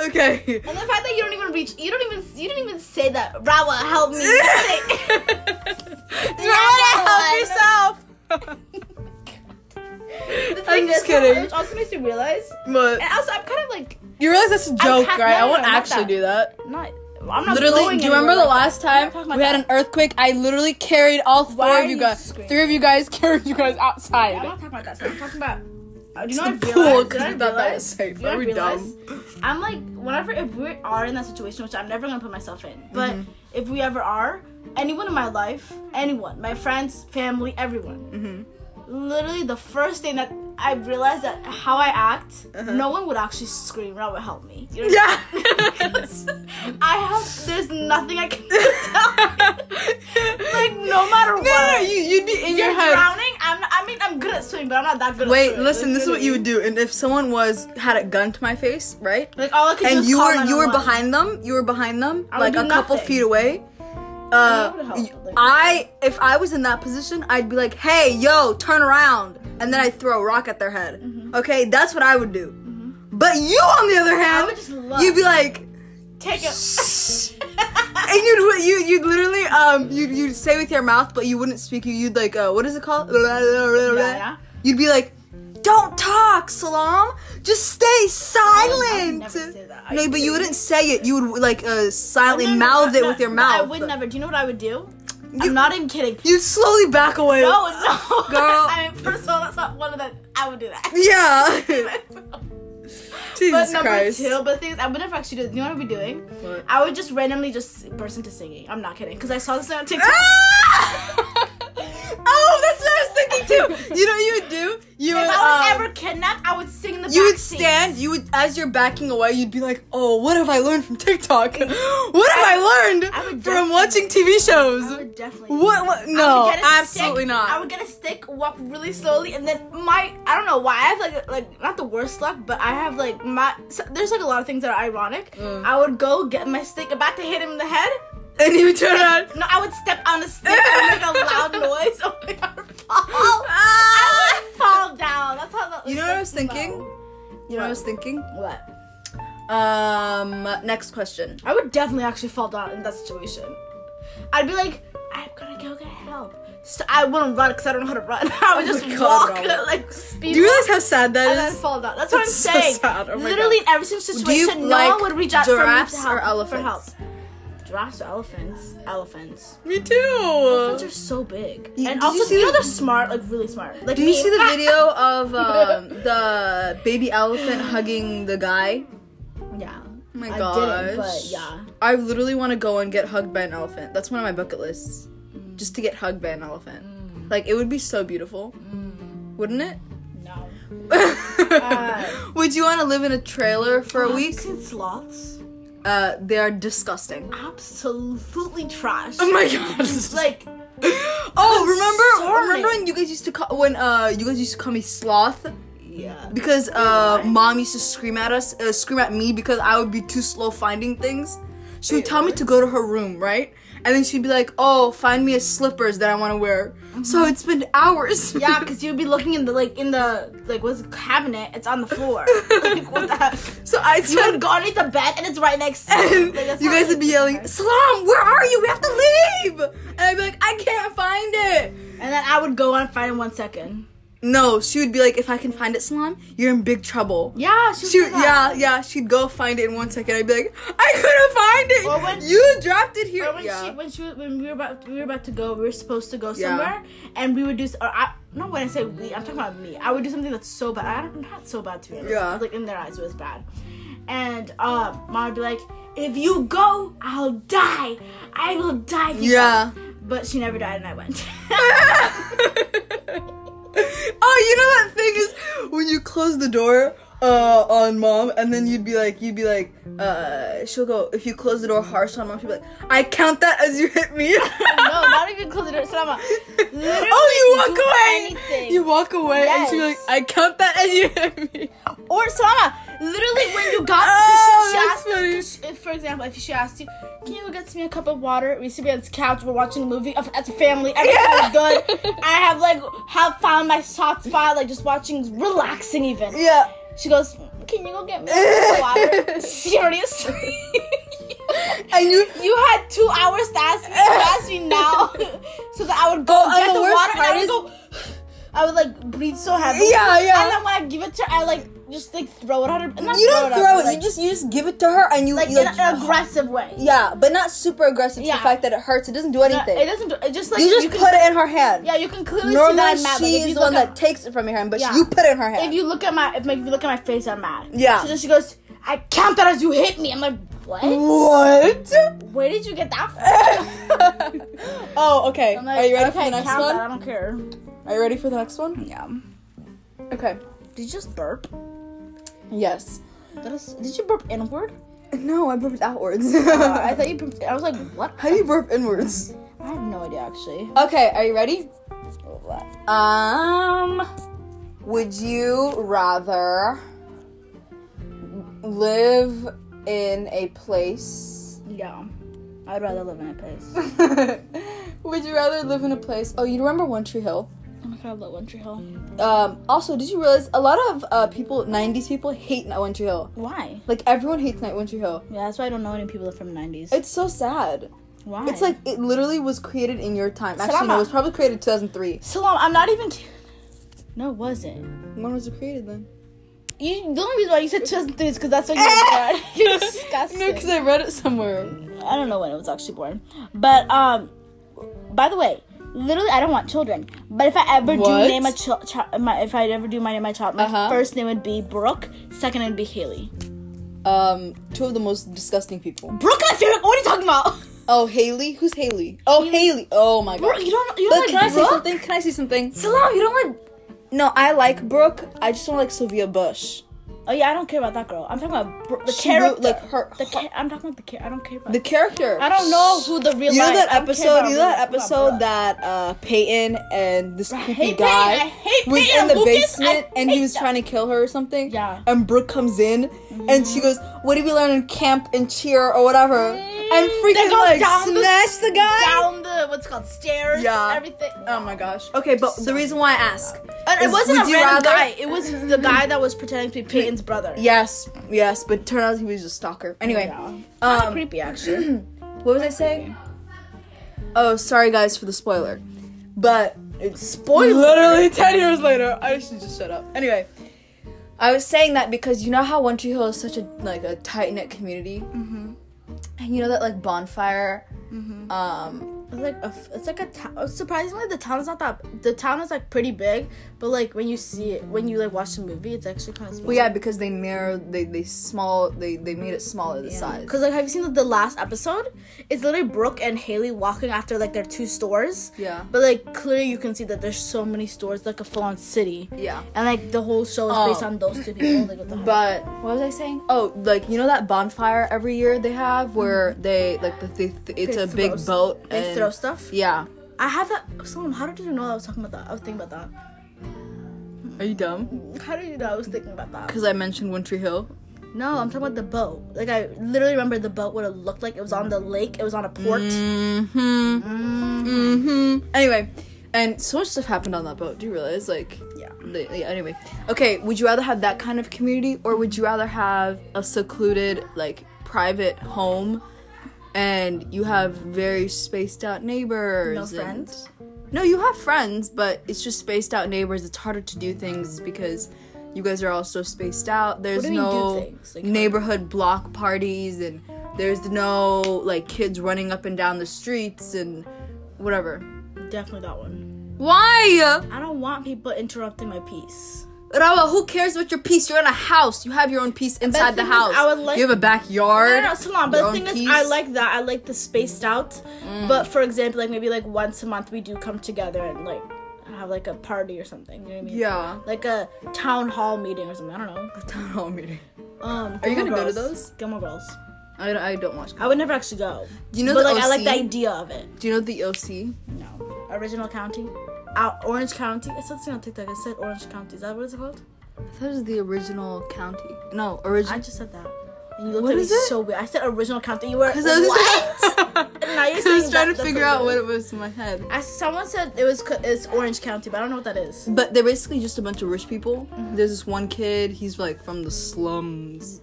okay.
And the fact that you don't even reach, you don't even, you don't even say that. Rawa, help me.
[laughs]
You say,
Rawa, help yourself!
the thing
just
is,
kidding.
Which also makes me realize.
but
And also, I'm kind of like
you realize that's a joke,
ca-
right?
no,
I
no,
won't
no, not
actually
that.
do that.
not. I'm not
literally,
going
do you remember the
anywhere like
last time
talking
we
about
had an
that.
earthquake? I literally carried all three
Why
of
are
you
you
guys.
screaming?
Three of you guys [laughs] carried you guys
that. I'm
outside.
not talking about that. So I'm talking about. Uh, do you know what
the
I
pool,
realized?
'cause
Do you
we
know
thought
what I
that was
realized?
safe.
Do you know
Are
what
we
I realized? I'm like, whenever if we are in that situation, which I'm never gonna put myself in, but
Mm-hmm.
if we ever are, anyone in my life, anyone, my friends, family, everyone,
Mm-hmm.
literally the first thing that I realized that how I act, no one would actually scream that would help me. You know?
Uh-huh. Yeah.
[laughs] I have there's nothing I can do. like no
[laughs]
matter
no,
what.
no, no, you, you'd be in
you're
your head.
drowning. I'm. Not, I mean, I'm good at swimming, but I'm not that good. at
Wait,
swimming.
listen.
Like,
This is what you would do. And if someone was had a gun to my face, right?
Like all I could do
And
is
you
call
were you were
911.
behind them. You were behind them,
I would
like
do
a couple
nothing.
feet away. Uh,
I would help,
y-
like-
I if I was in that position, I'd be like, "Hey, yo, turn around," and then I'd throw a rock at their head.
Mm-hmm.
Okay, that's what I would do. But you, on the other hand,
would just love-
you'd be like,
Take it.
[laughs] and you'd you you'd literally um you'd you'd say with your mouth, but you wouldn't speak. You- You'd like uh what is it called?
yeah.
You'd be like, "Don't talk, Salam. Just stay silent."
never say that. I
No, but you wouldn't say it. You would like uh
No,
silently
no, no,
mouth
no,
it
no,
with your
no,
mouth.
I would never. Do you know what I would do? I'm not even kidding.
You slowly back away.
No, [laughs] no.
Girl.
I mean, first of all, that's not one of the. I would do that.
Yeah.
but
[laughs] Jesus [laughs]
number
Christ.
[laughs] two, [laughs] but things I would never actually do. You know what I'd be doing?
What?
I would just randomly just burst into singing. I'm not kidding, because I saw this
Ah!
thing on TikTok.
oh, that's what I was thinking too. You know what you would do? You would
if I was
um,
ever kidnapped, I would sing in the.
you would
backseat.
stand, you would as you're backing away, you'd be like, "Oh, what have I learned from TikTok? [laughs] What have I,
I
learned
would
from
definitely-
watching TV
I
shows?"
would definitely.
What, what?
I
No,
would get a
absolutely
stick-
not.
I would get a stick, walk really slowly, and then my I don't know why I have like like not the worst luck, but I have like my so, there's like a lot of things that are ironic.
Mm.
I would go get my stick, about to hit him in the head.
[laughs] and you would turn
[laughs]
around.
No, I would step on a stick and make a
[laughs]
loud noise. Oh my god, fall! I would fall down. That's how. That
Ah. You know what I was thinking? You know what I was thinking?
What?
Um, next question.
I would definitely actually fall down in that situation. I'd be like, I'm gonna go get help. So I wouldn't run because I don't know how to run. [laughs] I would
Oh
just
my God,
walk
Robin.
[laughs] like speed.
Do you realize how sad
and then
that is?
fall down. That's what I'm
It's so
saying.
sad. Oh my
Literally,
God.
in every single
Do you
situation, no
like
one would reach out
giraffes
for me to help,
or elephants?
For help. Giraffes or elephants? Elephants.
Me too.
Elephants are so big,
You-
and
did you
also
see
Uh, you, know
the-
they're smart, like really smart. Like
Do you
me.
see
[laughs]
the video of um, the baby elephant hugging the guy?
yeah.
Oh my
I didn't, but
gosh.
yeah.
I literally want to go and get hugged by an elephant. That's one of my bucket lists.
Mm.
Just to get hugged by an elephant. Like, it would be so beautiful.
Mm.
Wouldn't it?
No.
[laughs] would you want to live in a trailer for a
Have you
week?
seen sloths?
Uh, they are disgusting. [laughs]
Absolutely trash.
Oh my god.
[laughs] like
[laughs] oh, remember?
sorry.
Remember when you guys used to call when uh you guys used to call me sloth
yeah.
because uh mom used to scream at us, uh, scream at me because I would be too slow finding things. She would tell me to go to her room, right? And then she'd be like, "Oh, find me a slippers that I want to wear." So I'd spend hours.
Mm-hmm. Yeah, because you'd be looking in the like in the like what's it, cabinet? It's on the floor. [laughs] like what the heck?
[laughs] so I'd
[laughs] You would
spend.
go underneath the bed and it's right next to you.
And
Like, that's
you
not
guys would be yelling,
fair.
"Salam, where are you? We have to leave!" And I'd be like, "I can't find it."
And then I would go on and find in one second.
No, she would be like, "If I can find it, Salam, you're in big trouble."
Yeah, she, would
She,
do that.
yeah, yeah, she'd go find it in one second. I'd be like, I couldn't
Or
find it.
when-
you dropped it here.
Or when
yeah.
she when she was- when we were about we were about to go, we were supposed to go
Yeah.
somewhere, and we would do. s- Or I not when I say we, I'm talking about me. I would do something that's so bad. I don't not so bad to be honest.
Yeah.
Like in their eyes, it was bad. And uh, mom would be like, "If you go, I'll die. I will die." if you
Yeah.
go." But she never died, and I went. [laughs]
[laughs] oh, you know that thing is when you close the door uh, on mom, and then you'd be like, you'd be like, uh, she'll go. If you close the door harsh on mom, she'll be like, I count that as you hit me. [laughs]
no, not even close the door. Salama. Literally
oh, you
do
walk away.
anything.
You walk away, and she'll be like,
Yes.
I count that as you hit me.
Or Salama, literally when you got 'cause
[laughs] Oh,
she, she
that's
asked
funny.
if, for example, if she asked you, can you go get me a cup of water? We used to be on this couch, we're watching a movie of- as
[laughs]
a family, everything
Yeah.
was good. And I have like have found my soft spot, like just watching relaxing even.
Yeah.
She goes, Can you go get me a cup of
[laughs]
water? Seriously?
And you
You had two hours to ask me, to ask me now, [laughs] so that I would go
Oh, and
get
the
the,
worst
water and I
part
would
is-
go. [sighs] I would like breathe so heavily.
Yeah, yeah.
And then when I give it to her, I like just like throw it at her. Not
you don't
at her,
throw
but,
it. You
like-
just you just give it to her, and you
like
you,
in an aggressive way.
Yeah, but not super aggressive to
Yeah.
the fact that it hurts. It doesn't do anything.
It doesn't. Do, it just like
you just
can,
put it in her hand.
Yeah, you can clearly see
Normally,
that I'm mad.
she
like, if you
is the
look
one
at,
that takes it from your hand, but
Yeah.
you put it in her hand.
If you look at my, if, like, if you look at my face, I'm mad.
Yeah.
So then she goes, "I count that as you hit me." I'm like, "What? [laughs]
what?
Where did you get that
[laughs]
from?"
oh, okay.
I'm like,
Are you ready for
"Okay,
the next
count
one?
That, I don't care.
Are you ready for the next one?
Yeah.
Okay.
Did you just burp?
Yes.
That is, did you burp inward?
No, I burped [laughs]
[laughs]
outwards.
Uh, [laughs] I thought you burped. I was like, what?
How do you burp inwards?
I have no idea actually.
Okay, are you ready?
What?
Um, would you rather live in a place? [laughs]
Yeah. I'd rather live in a place.
would you rather live in a place? Oh, you remember One Tree Hill?
Oh my god, I love One Tree Hill.
Um, also, did you realize a lot of uh, people, 90s people, hate Night One Tree Hill?
Why?
Like, everyone hates Night One Tree Hill.
Yeah, that's why I don't know any people that are from the 90s.
It's so sad.
Why?
It's like, it literally was created in your time. Actually, no,
Salama.
it was probably created in 2003.
Salam, I'm not even kidding. No, it wasn't.
When was it created
[laughs]
then?
You, the only reason why you said 2003 is because that's when you [laughs] were born. Oh
[laughs]
You're disgusting.
No, because I read it somewhere.
I don't know when it was actually born. But, um, By the way, literally, I don't want children. But if I ever
What?
do name a child, my if I ever do my name my child, my
Uh-huh.
first name would be Brooke. Second would be Haley.
Um, two of the most disgusting people.
Brooke, I feel like, [laughs] what are you talking about?
Oh, Haley. Who's Haley? Oh, Haley. Oh my
Brooke,
god.
you don't, you
But
don't
can I
like
say
Brooke.
something? Can I say something?
Salam, you don't like.
No, I like Brooke. I just don't like Sylvia Bush.
Oh yeah, I don't care about that girl. I'm talking about Brooke, the
She wrote,
character.
like her.
the ca- I'm talking about the character. I don't care about.
the character.
I don't know who the real.
You know
life-
that
I don't care
episode?
about
You know that
real- about
episode
Brooke.
that uh Peyton and this creepy
hate
guy
Peyton. I hate
was
Peyton.
in the
Lucas, I
basement and he
hate
was
that.
trying to kill her or something.
Yeah.
And Brooke comes in and she goes, "What did we learn in camp and cheer or whatever?" And
They
freaking
go
like
down the-
smash the, guy.
down the what's it called stairs.
Yeah.
everything.
Oh my gosh. Okay, but the reason why I ask.
And it
Is-
wasn't a
would you
random
rather-
guy. It was the guy that was pretending to be Peyton's brother.
Yes, yes, but turned out he was a stalker. Anyway,
Yeah.
um,
Ah, creepy actually.
what was I saying? Oh, sorry guys for the spoiler, but it's spoiler. Literally ten years later, I should just shut up. Anyway, I was saying that because you know how One Tree Hill is such a like a tight knit community, mm-hmm. and you know that like bonfire. Um,
It's like a, f- it's like a town. uh, Surprisingly, the town is not that. The town is like pretty big, but like when you see it, when you like watch the movie, it's actually kind of small.
well, yeah, because they narrowed, they they small, they they made it smaller the size.
Cause like, have you seen the, the last episode? It's literally Brooke and Haley walking after like their two stores.
Yeah.
But like clearly you can see that there's so many stores, like a full-on city.
Yeah.
And like the whole show is
Oh.
based on those two people. Like, what the heck?
But what was I saying? Oh, like you know that bonfire every year they have where they like the, the, it's
They
a
throw
big
s-
boat.
They
and-
throw stuff.
Yeah.
I have that. Someone, how did you know I was talking about that? I was thinking about
Are you dumb?
that. How did you know I was thinking about that?
Because I mentioned Wintry Hill.
No, I'm talking about the boat. Like I literally remember the boat. What it looked like. It was on the lake. It was on a port.
Mm-hmm. Mm-hmm. Anyway, and so much stuff happened on that boat. Do you realize? Like,
Yeah.
the- yeah. Anyway, okay. Would you rather have that kind of community, or would you rather have a secluded, like, private home, and you have very spaced out neighbors?
No
and-
friends?
No, you have friends, but it's just spaced out neighbors. It's harder to do things because you guys are all so spaced out. There's
do you mean do
no
things? Like, how-
neighborhood block parties, and there's no like kids running up and down the streets and whatever.
Definitely that one.
Why?
I don't want people interrupting my peace.
Rawa, who cares what your piece? You're in a house. You have your own piece inside the
thing is,
house.
I would like-
you have a backyard.
No, no, no, salon. But
your
the
own
thing is,
peace. Mm.
I like that. I like the spaced out. But for example, like maybe like once a month we do come together and like have like a party or something. You know what I mean?
Yeah.
Like a town hall meeting or something. I don't know.
[laughs] A town hall meeting.
Um,
Are you
Gilmore
gonna go to
Girls.
those?
Gilmore Girls.
I don't, I don't watch.
I would never actually go.
Do you know
but
the
like I like
OC?
the idea of it.
Do you know the E OC?
No. Original County. Out Orange County. It's something on TikTok. I said Orange County. Is that what it's called?
I thought it was the original county. No, original.
I just said that. And you looked
What
at me
is it?
so weird. I said original county. You
[laughs]
were
Because I was, [laughs]
what? And now you're
I
saying
was trying to
that- that's
figure
what
out
it
what
is.
it was in my head.
[laughs] I, someone said it was co- it's Orange County, but I don't know what that is.
But they're basically just a bunch of rich people.
Mm-hmm.
There's this one kid, he's like from the slums.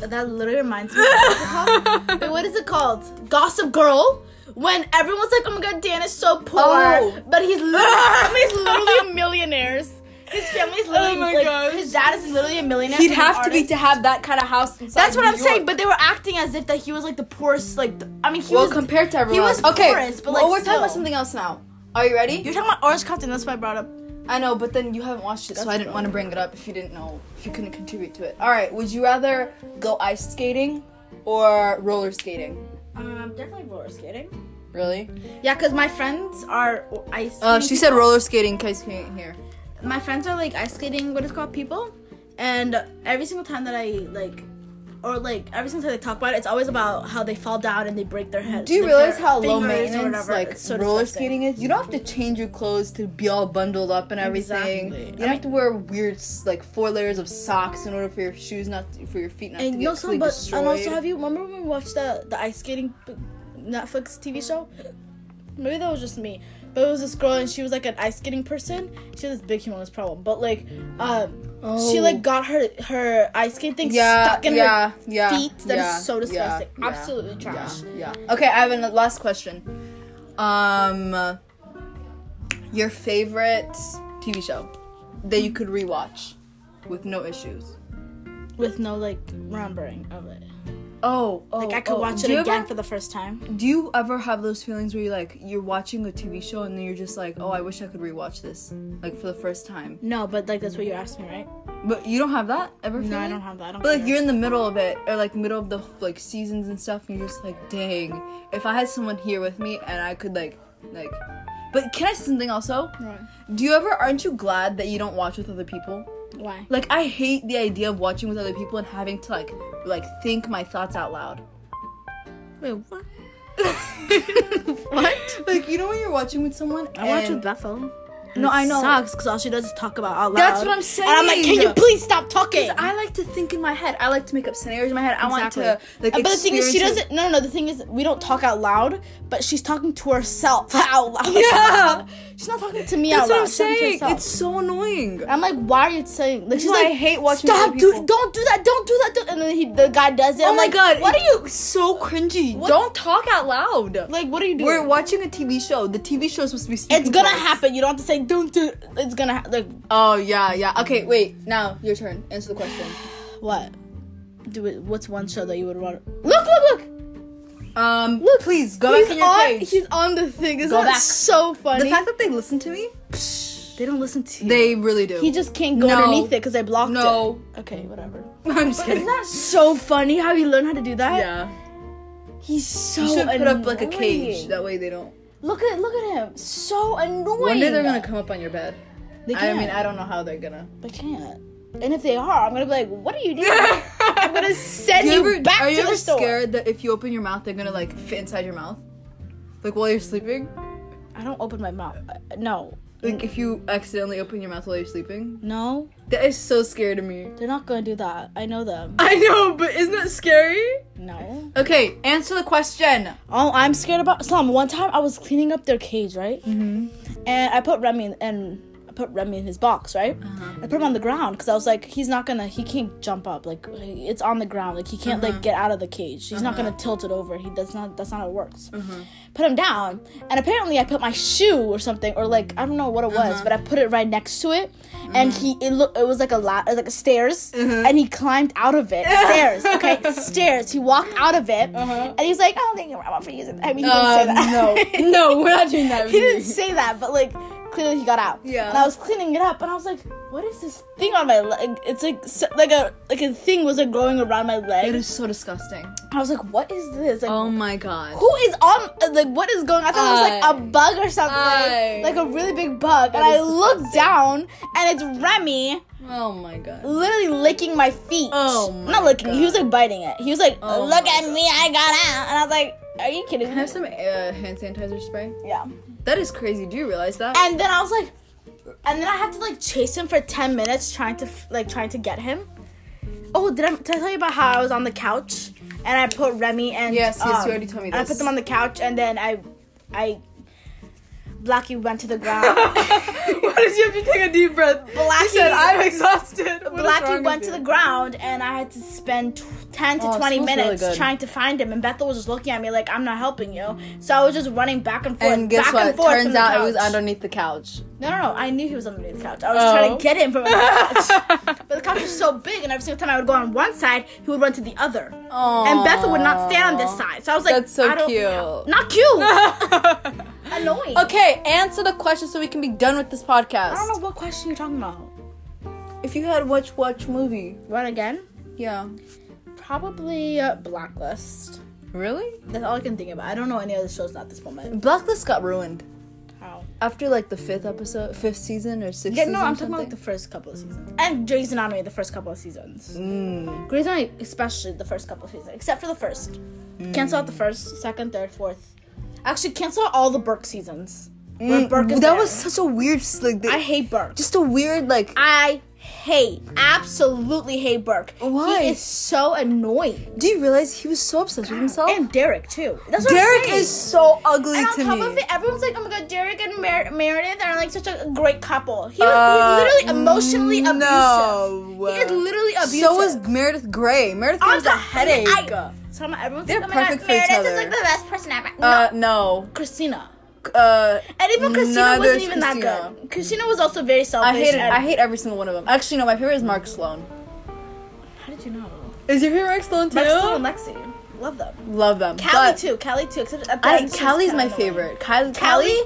That literally reminds me. What's
[laughs]
it called? Wait, what is it called? Gossip Girl. When everyone's like, "Oh my God, Dan is so poor,"
Oh.
but he's
[laughs]
literally, he's literally millionaires. His family's literally
Oh my
like
gosh.
his dad is literally a millionaire.
He'd
he's an
have to be
artist.
to have that kind of house. inside
That's what
New
I'm saying.
York.
But they were acting as if that he was like the poorest. Like the, I mean, he
well,
was
compared to everyone,
He was
else. okay.
poorest, but
well,
like.
we're talking about
still.
something else now. Are you ready?
You're talking about Orange County. That's why I brought up.
I know, but then you haven't watched it, so I didn't want to bring it up if you didn't know, if you couldn't contribute to it. All right, would you rather go ice skating or roller skating?
Um, definitely roller skating.
Really?
Yeah, cause my friends are ice.
Uh, she said roller skating. In case you can't hear.
my friends are like ice skating. What is it called people, and every single time that I like, or like every single time they talk about it, it's always about how they fall down and they break their head.
Do you
like,
realize
their
how low
fingers or
maintenance
whatever.
like
It's so
roller
disgusting.
skating is? You don't have to change your clothes to be all bundled up and everything.
Exactly.
You don't
I
have to wear weird s- like four layers of socks in order for your shoes not to, for your feet not to
And
get
no,
completely
some but
destroyed.
and also have you remember when we watched the the ice skating b- Netflix TV show? Maybe that was just me, but it was this girl and she was like an ice skating person. She had this big humongous problem, but like, um, she
Oh.
like got her her ice skating thing
yeah,
stuck in
yeah,
her
yeah,
feet. That is
yeah,
so
yeah,
disgusting.
yeah,
Absolutely
yeah,
trash.
Yeah, Okay, I have a last question. Um, your favorite TV show that you could rewatch with no issues.
with no like remembering of it.
Oh, oh
Like I could
oh.
watch
Do
it
you
again
ever-
for the first time.
Do you ever have those feelings where you like you're watching a TV show and then you're just like, oh, I wish I could rewatch this like for the first time?
No, but like that's what you asked me, right?
But you don't have that ever.
No, I
feeling?
don't have that. I don't
But like
care.
you're in the middle of it, or like middle of the like seasons and stuff, and you're just like, dang, if I had someone here with me and I could like, like. But can I say something also?
Right.
Do you ever aren't you glad that you don't watch with other people?
Why?
Like I hate the idea of watching with other people and having to like like think my thoughts out loud.
Wait, what? [laughs]
what? Like you know when you're watching with someone.
I watch
and-
with Bethel.
No, I know.
Sucks because all she does is talk about out loud.
That's what I'm saying.
And I'm like, can you please stop talking?
I like to think in my head. I like to make up scenarios in my head. I want to
Exactly. Uh,
like.
but the thing is, she
experience it.
doesn't. No, no, no. The thing is, we don't talk out loud, but she's talking to herself [laughs] out loud.
Yeah.
she's not talking to me
That's
out loud.
what I'm
she's talking to
saying.
herself.
It's so annoying.
I'm like, why are you saying? Like,
is
she's
why I
like,
hate watching
Stop,
other people."
dude! Don't do that! Don't do that! Don't. And then he, the guy does it.
Oh
I'm
my
like,
god!
What are you?
so cringy? Don't talk out loud.
Like, what are you doing?
We're watching a TV show. The TV show is supposed to be. speaking
it's gonna
to us.
happen. You don't have to say don't do. It's gonna ha- like
Oh yeah, yeah. Okay, wait. Now your turn. Answer the question.
what? Do it. What's one show that you would want? Look! Look! Look!
Um, please go
He's
back in your
on.
page.
He's on the thing. Isn't
Go
that
back.
so funny?
The fact that they listen to me,
they don't listen to you.
they really do.
he just can't go
No.
underneath it because I blocked it.
no. [laughs]
Okay, whatever.
I'm just
Isn't
kidding.
that so funny how you learn how to do that?
yeah.
He's so
You should put up like a cage.
annoying.
That way they don't.
Look at look at him. So annoying.
One day they're gonna come up on your bed.
They
I
can't.
mean, I don't know how they're [laughs] gonna.
They can't. And if they are, I'm gonna be like, what are
[laughs]
you doing? I'm gonna send
Do
you,
you ever,
back
are you
to
ever
the store.
scared that if you open your mouth, they're gonna like fit inside your mouth, like while you're sleeping?
I don't open my mouth. Uh, No,
Like if you accidentally open your mouth while you're sleeping,
no,
that is so scary to me.
they're not gonna do that. I know them.
[laughs] I know, but isn't that scary?
No.
Okay, answer the question.
All I'm scared about. Some one time I was cleaning up their cage, right? Mm-hmm. And I put Remy in, and I put Remy in his box, right? I put him on the ground because I was like, he's not gonna, he can't jump up. Like it's on the ground. Like he can't like get out of the cage. He's not gonna tilt it over. He does not. That's not how it works. Put him down, and apparently I put my shoe or something, or like I don't know what it was, but I put it right next to it, and he it looked it was like a lot like a stairs, and he climbed out of it. stairs, okay, stairs. He walked out of it, and he's like, I don't think you're wrong for using. That. I mean, he didn't say that.
Uh-huh. Um, [laughs]
[laughs]
no, no, we're not doing that.
he didn't say that, but like clearly he got out.
Yeah.
And I was cleaning it up, and I was like, what is this thing on my leg? It's like s- like a like a thing was like growing around my
It
leg.
is so disgusting.
I was like, what is this? Like,
Oh my god.
who is on uh, like what is going on? I thought it was like a
Aye.
bug or something,
Aye.
like a really big bug. and
is
I looked down, and it's Remy
Oh my god.
literally licking my feet.
Oh
not
my
licking. He was like biting it. He was like,
Oh
look
my
at me, I got out, and I was like, are you kidding
[laughs] Can I
me?
have some uh, hand sanitizer spray?
Yeah.
That is crazy. Do you realize that?
And then I was like, and then I had to like chase him for ten minutes trying to like trying to get him. Oh, did I, did I tell you about how I was on the couch and I put Remy and um,
Yes, yes, you already told me
and I
this.
put them on the couch and then I, I, Blackie
[laughs]
went to the [laughs] ground.
Why did you have to take a deep breath?
Blackie-
Blackie said, "I'm exhausted." What is wrong
Blackie went
with
to
you?
the ground and I had to spend t- ten to
Oh, it
twenty
smells really
minutes
good.
trying to find him and Bethel was just looking at me like I'm not helping you. So I was just running back and forth,
And guess
back
what?
and forth. from
Turns
the
out it was
couch.
underneath the
[laughs]
couch.
No, no, no. I knew he was underneath the couch. I was
Oh.
trying to get him from
[laughs]
under the couch. but the couch was so big, and every single time I would go on one side, he would run to the other. And Bethel would not stand [laughs] on this side. So I was like,
That's so
I don't-
cute.
Not
[laughs]
cute. Annoying.
okay, answer the question so we can be done with this podcast.
I don't know what question you're talking about.
If you had watch watch movie,
Run again?
yeah.
Probably uh, Blacklist.
Really?
That's all I can think about. I don't know any other shows at this moment.
Blacklist got ruined
How?
after like the fifth episode, fifth season or sixth.
Yeah, no, I'm talking about like, the first couple of seasons. And Grey's Anatomy, the first couple of seasons.
Mm.
Grey's Anatomy, especially the first couple of seasons, except for the first. Cancel out the first, second, third, fourth. Actually, cancel out all the Burke seasons. Where Burke is
Mm, that
there.
was such a weird like.
I hate Burke.
just a weird like.
I hate, absolutely hate Burke.
Why?
He is so annoying.
do you realize he was so obsessed with himself?
And Derek too. That's what I'm
Derek
saying.
is so ugly
And on
to
top
me.
of it, everyone's like, "Oh my god, Derek and Mer- Meredith are like such a great couple." He was
Uh,
literally emotionally abusive.
no.
He is literally abusive.
so was Meredith Gray. Meredith Gray
On
was a
top of it,
headache.
I- so I'm- everyone's
They're
like, "Oh my
perfect
god,
for each
Meredith is
other.
like the best person ever." No,
uh, no.
Christina.
Uh,
And even Christina
Neither
wasn't
is
even that
Christina.
good. Christina was also very selfish.
I hate it.
and-
I hate every single one of them. Actually, no. My favorite is Mark Sloan.
How did you know?
Is your favorite Mark Sloan too?
Mark Sloan and Lexi. Love them.
Love them.
Cali
but
too. Cali too. Except at the
I
end, she's
Callie's
kinda
my
annoying.
favorite. Kylie.
Cali.
Callie.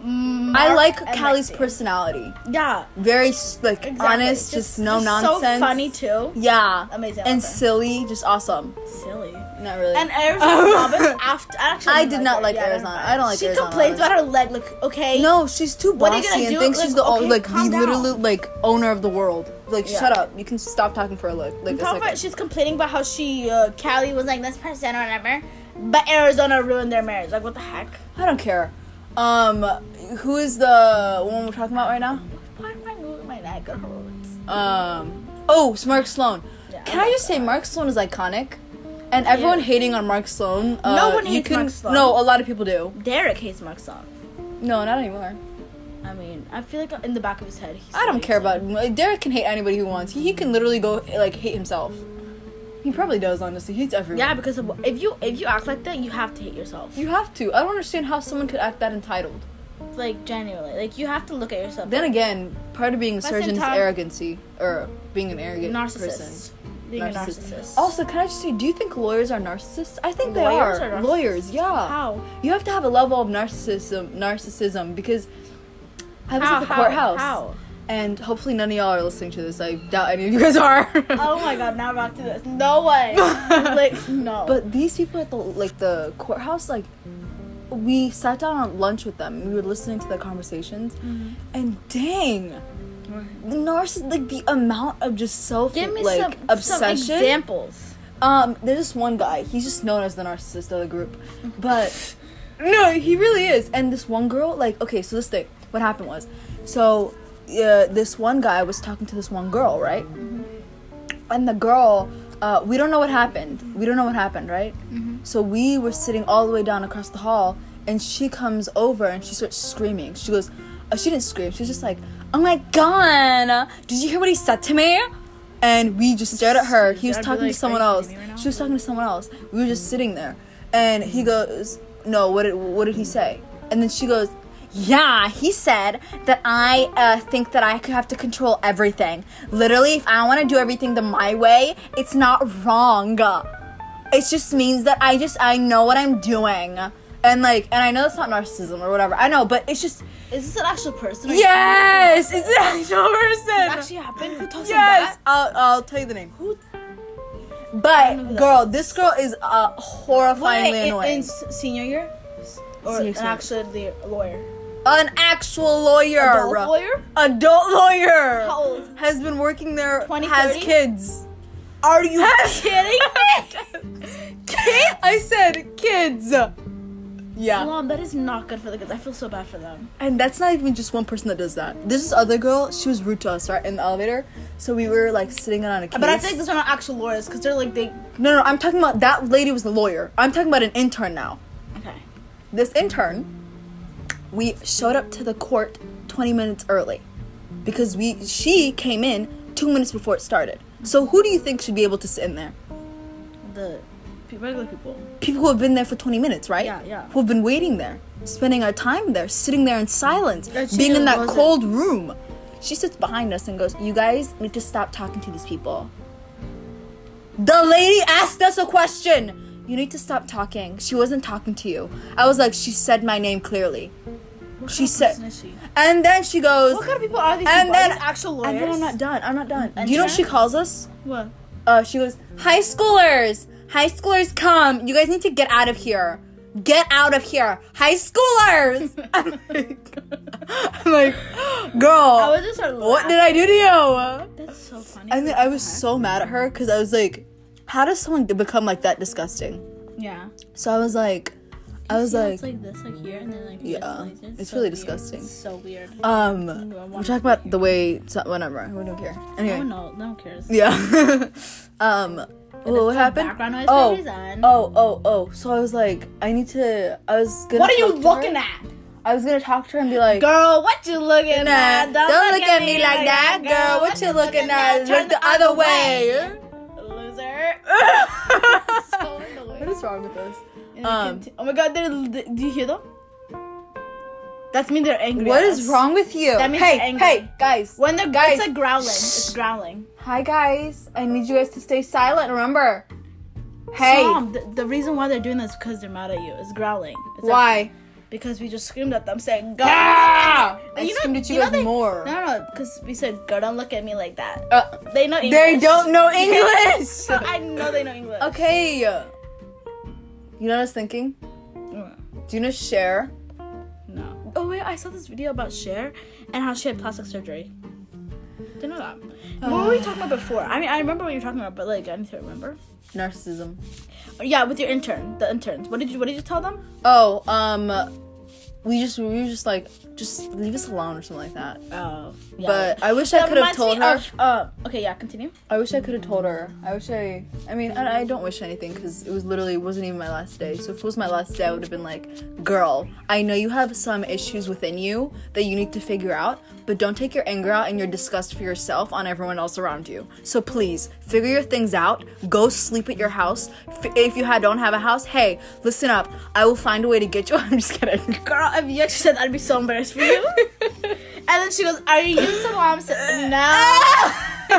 I
Mark,
like
and
Callie's
Lexi.
personality.
Yeah.
Very s- like
Exactly.
honest, just, no nonsense.
So funny too.
Yeah.
Amazing, I
And
love her.
silly, just awesome.
Silly.
Not really.
And
[laughs]
Arizona Robbins after actually
Oh. I
didn't
did not
her.
like
Yeah, never
Arizona.
mind.
I don't like
she
Arizona
complains
Robbins.
about her leg. Like okay.
no, she's too
What are you
bossy
gonna
and
do?
thinks she's
Like,
the o-
okay,
like the
calm down.
literally like owner of the world. Like
Yeah.
shut up. You can stop talking for a look. Like a
Talking
second.
about, she's complaining about how she uh, Callie was like this person or whatever, but Arizona ruined their marriage. Like what the heck?
I don't care. Um, who is the one we're talking about right now?
Why am I moving my neck? It hurts.
Um, oh, it's Mark Sloan.
Yeah,
Can I
I like
just say Mark Sloan is iconic? And everyone hating on Mark Sloan. Uh,
No one
you
hates
can-
Mark Sloan.
No, a lot of people do.
Derek hates Mark Song.
No, not anymore.
I mean, I feel like in the back of his head. He's
I don't care about like, Derek can hate anybody he wants. He, he can literally go like hate himself. He probably does honestly. He's everyone.
Yeah, because of- if you if you act like that, you have to hate yourself.
You have to. I don't understand how someone could act that entitled.
like genuinely, like you have to look at yourself.
Then again, part of being a
the same
surgeon is
time-
arrogancy or being an arrogant
narcissist.
person.
Being
Narcissist.
a narcissist.
Also, can I just say, do you think lawyers are narcissists? I think
Lawyers
they are.
are narcissists?
lawyers, yeah.
How?
You have to have a level of narcissism, narcissism, because I was
How,
at the
how,
courthouse,
how?
and hopefully none of y'all are listening to this. I doubt any of you guys are.
Oh my god, now back to this.
[laughs]
No way. like no.
But these people at the like the courthouse, like we sat down on lunch with them. and We were listening to the conversations,
Mm-hmm.
and dang, the narciss like the amount of just self
give me
like
some
obsession.
some examples.
Um, there's this one guy. He's just known as the narcissist of the group,
Mm-hmm.
but no, he really is. And this one girl, like, okay, so this thing, what happened was, so uh, this one guy was talking to this one girl, right? And the girl, uh, we don't know what happened. We don't know what happened, right?
Mm-hmm.
So we were sitting all the way down across the hall, and she comes over and she starts screaming. She goes, uh, she didn't scream. She was just like, "Oh my god, did you hear what he said to me?" And we just stared at her. He was
I'd be
talking
like,
to someone
"Are you
else.
kidding me right now?"
She was talking to someone else. We were just sitting there, and he goes, "No, what did what did he say?" And then she goes, "Yeah, he said that I uh, think that I could have to control everything. Literally, if I want to do everything the my way, it's not wrong. It just means that I just I know what I'm doing." And like, and I know it's not narcissism or whatever. I know, but it's just
Is this an actual person? Are you
yes, it's an actual person.
actually happened? Who talks
Yes,
like that?
I'll, I'll tell you the name.
Who-
But
know who that
girl, this girl is uh, horrifyingly
Wait, in,
annoying.
in s- senior year, S- or
Senior
an actual lea- lawyer?
An actual lawyer,
Adult lawyer?
adult lawyer,
How old?
has been working there,
20,
has
30?
kids.
Are you [laughs] kidding? [laughs]
Kids? I said kids. Yeah,
Mom, that is not good for the kids. I feel so bad for them.
and that's not even just one person that does that. There's this other girl. She was rude to us, right, in the elevator. So we were like sitting on a case.
But I think these are not actual lawyers because they're like they.
no, no, I'm talking about that lady was the lawyer. I'm talking about an intern now.
Okay.
this intern, we showed up to the court 20 minutes early because we she came in 2 minutes before it started. So who do you think should be able to sit in there?
The pe- regular people.
People who have been there for 20 minutes, right?
Yeah, yeah.
Who've been waiting there, spending our time there, sitting there in silence,
Yeah, she
being in that
wasn't-
cold room. She sits behind us and goes, "You guys need to stop talking to these people." The lady asked us a question. You need to stop talking. She wasn't talking to you. I was like, she said my name clearly. She said,
person is she?
and then she goes,
What kind of people are these?
and
people?
then
are these actual lawyers.
and then I'm not done. I'm not done. Do you know what she
Interns?
calls us?
What?
Uh, she goes, high schoolers, high schoolers, come! You guys need to get out of here. Get out of here, high
[laughs]
schoolers! I'm like, [laughs] I'm like,
Oh I
girl,
would just start laughing.
Oh. what did I do to you?
That's so funny.
And then I was so mad at her because I was like, how does someone become like that disgusting?
yeah.
So I was like, I was
Yeah,
like,
it's like this, like here, and then like
Yeah,
this, like, this.
it's really
weird.
disgusting.
It's Uh, so weird.
um,
I
we're
want
talking about the way, so, whatever, we don't care. Anyway.
No, no, no one cares.
Yeah. [laughs] um. What, what
no
happened?
background noise for a
oh,
reason.
oh, oh, oh. So I was like, I need to. I was gonna.
What are you
talk to
looking
her.
at,
I was gonna talk to her and be like,
girl? What you looking
nah,
at?
don't, look at me like that, girl. What you looking at? Look the other way. Uh.
loser. [laughs]
[laughs]
So annoying.
What is wrong with us?
And they
Um,
conti- oh my god, they're, they- do you hear them? That's mean they're angry.
What
at
is
us.
wrong with you?
That means
hey,
angry.
hey, guys.
When they're
Guys.
it's like growling. It's growling.
Hi, guys. I need you guys to stay silent. Remember, Hey,
Mom, um, the, the reason why they're doing this because they're mad at you. It's growling. It's like,
why?
because we just screamed at them saying, "Go!"
Ah! I
You know-
screamed at you,
you know
guys
they-
more.
No, no, no, because we said, "Go!" Don't look at me like that.
Uh,
They know English.
they don't know English. [laughs]
[laughs] So I know they know English.
okay. You know what I was thinking?
Mm.
Do you know Cher?
No. Oh wait, I saw this video about Cher and how she had plastic surgery. Didn't know that.
[sighs]
What were we talking about before? I mean, I remember what you were talking about, but like, I need to remember.
Narcissism.
Yeah, with your intern, the interns. What did you What did you tell them?
Oh, um, we just we were just like just leave us alone or something like that.
Oh, yeah.
But I wish I
That
could have
reminds
told
me
her.
of- uh, okay, yeah, continue.
I wish I could have told her. I wish I. I mean, I, I don't wish anything because it was literally it wasn't even my last day. So if it was my last day, I would have been like, "Girl, I know you have some issues within you that you need to figure out, but don't take your anger out and your disgust for yourself on everyone else around you. So please figure your things out. Go sleep at your house. F- if you ha- don't have a house, hey, listen up. I will find a way to get you. [laughs] I'm just kidding.
Girl, if you actually said that, I'd be so embarrassed for
[laughs]
you. and then she goes, Are you Salam? I said, [laughs] No.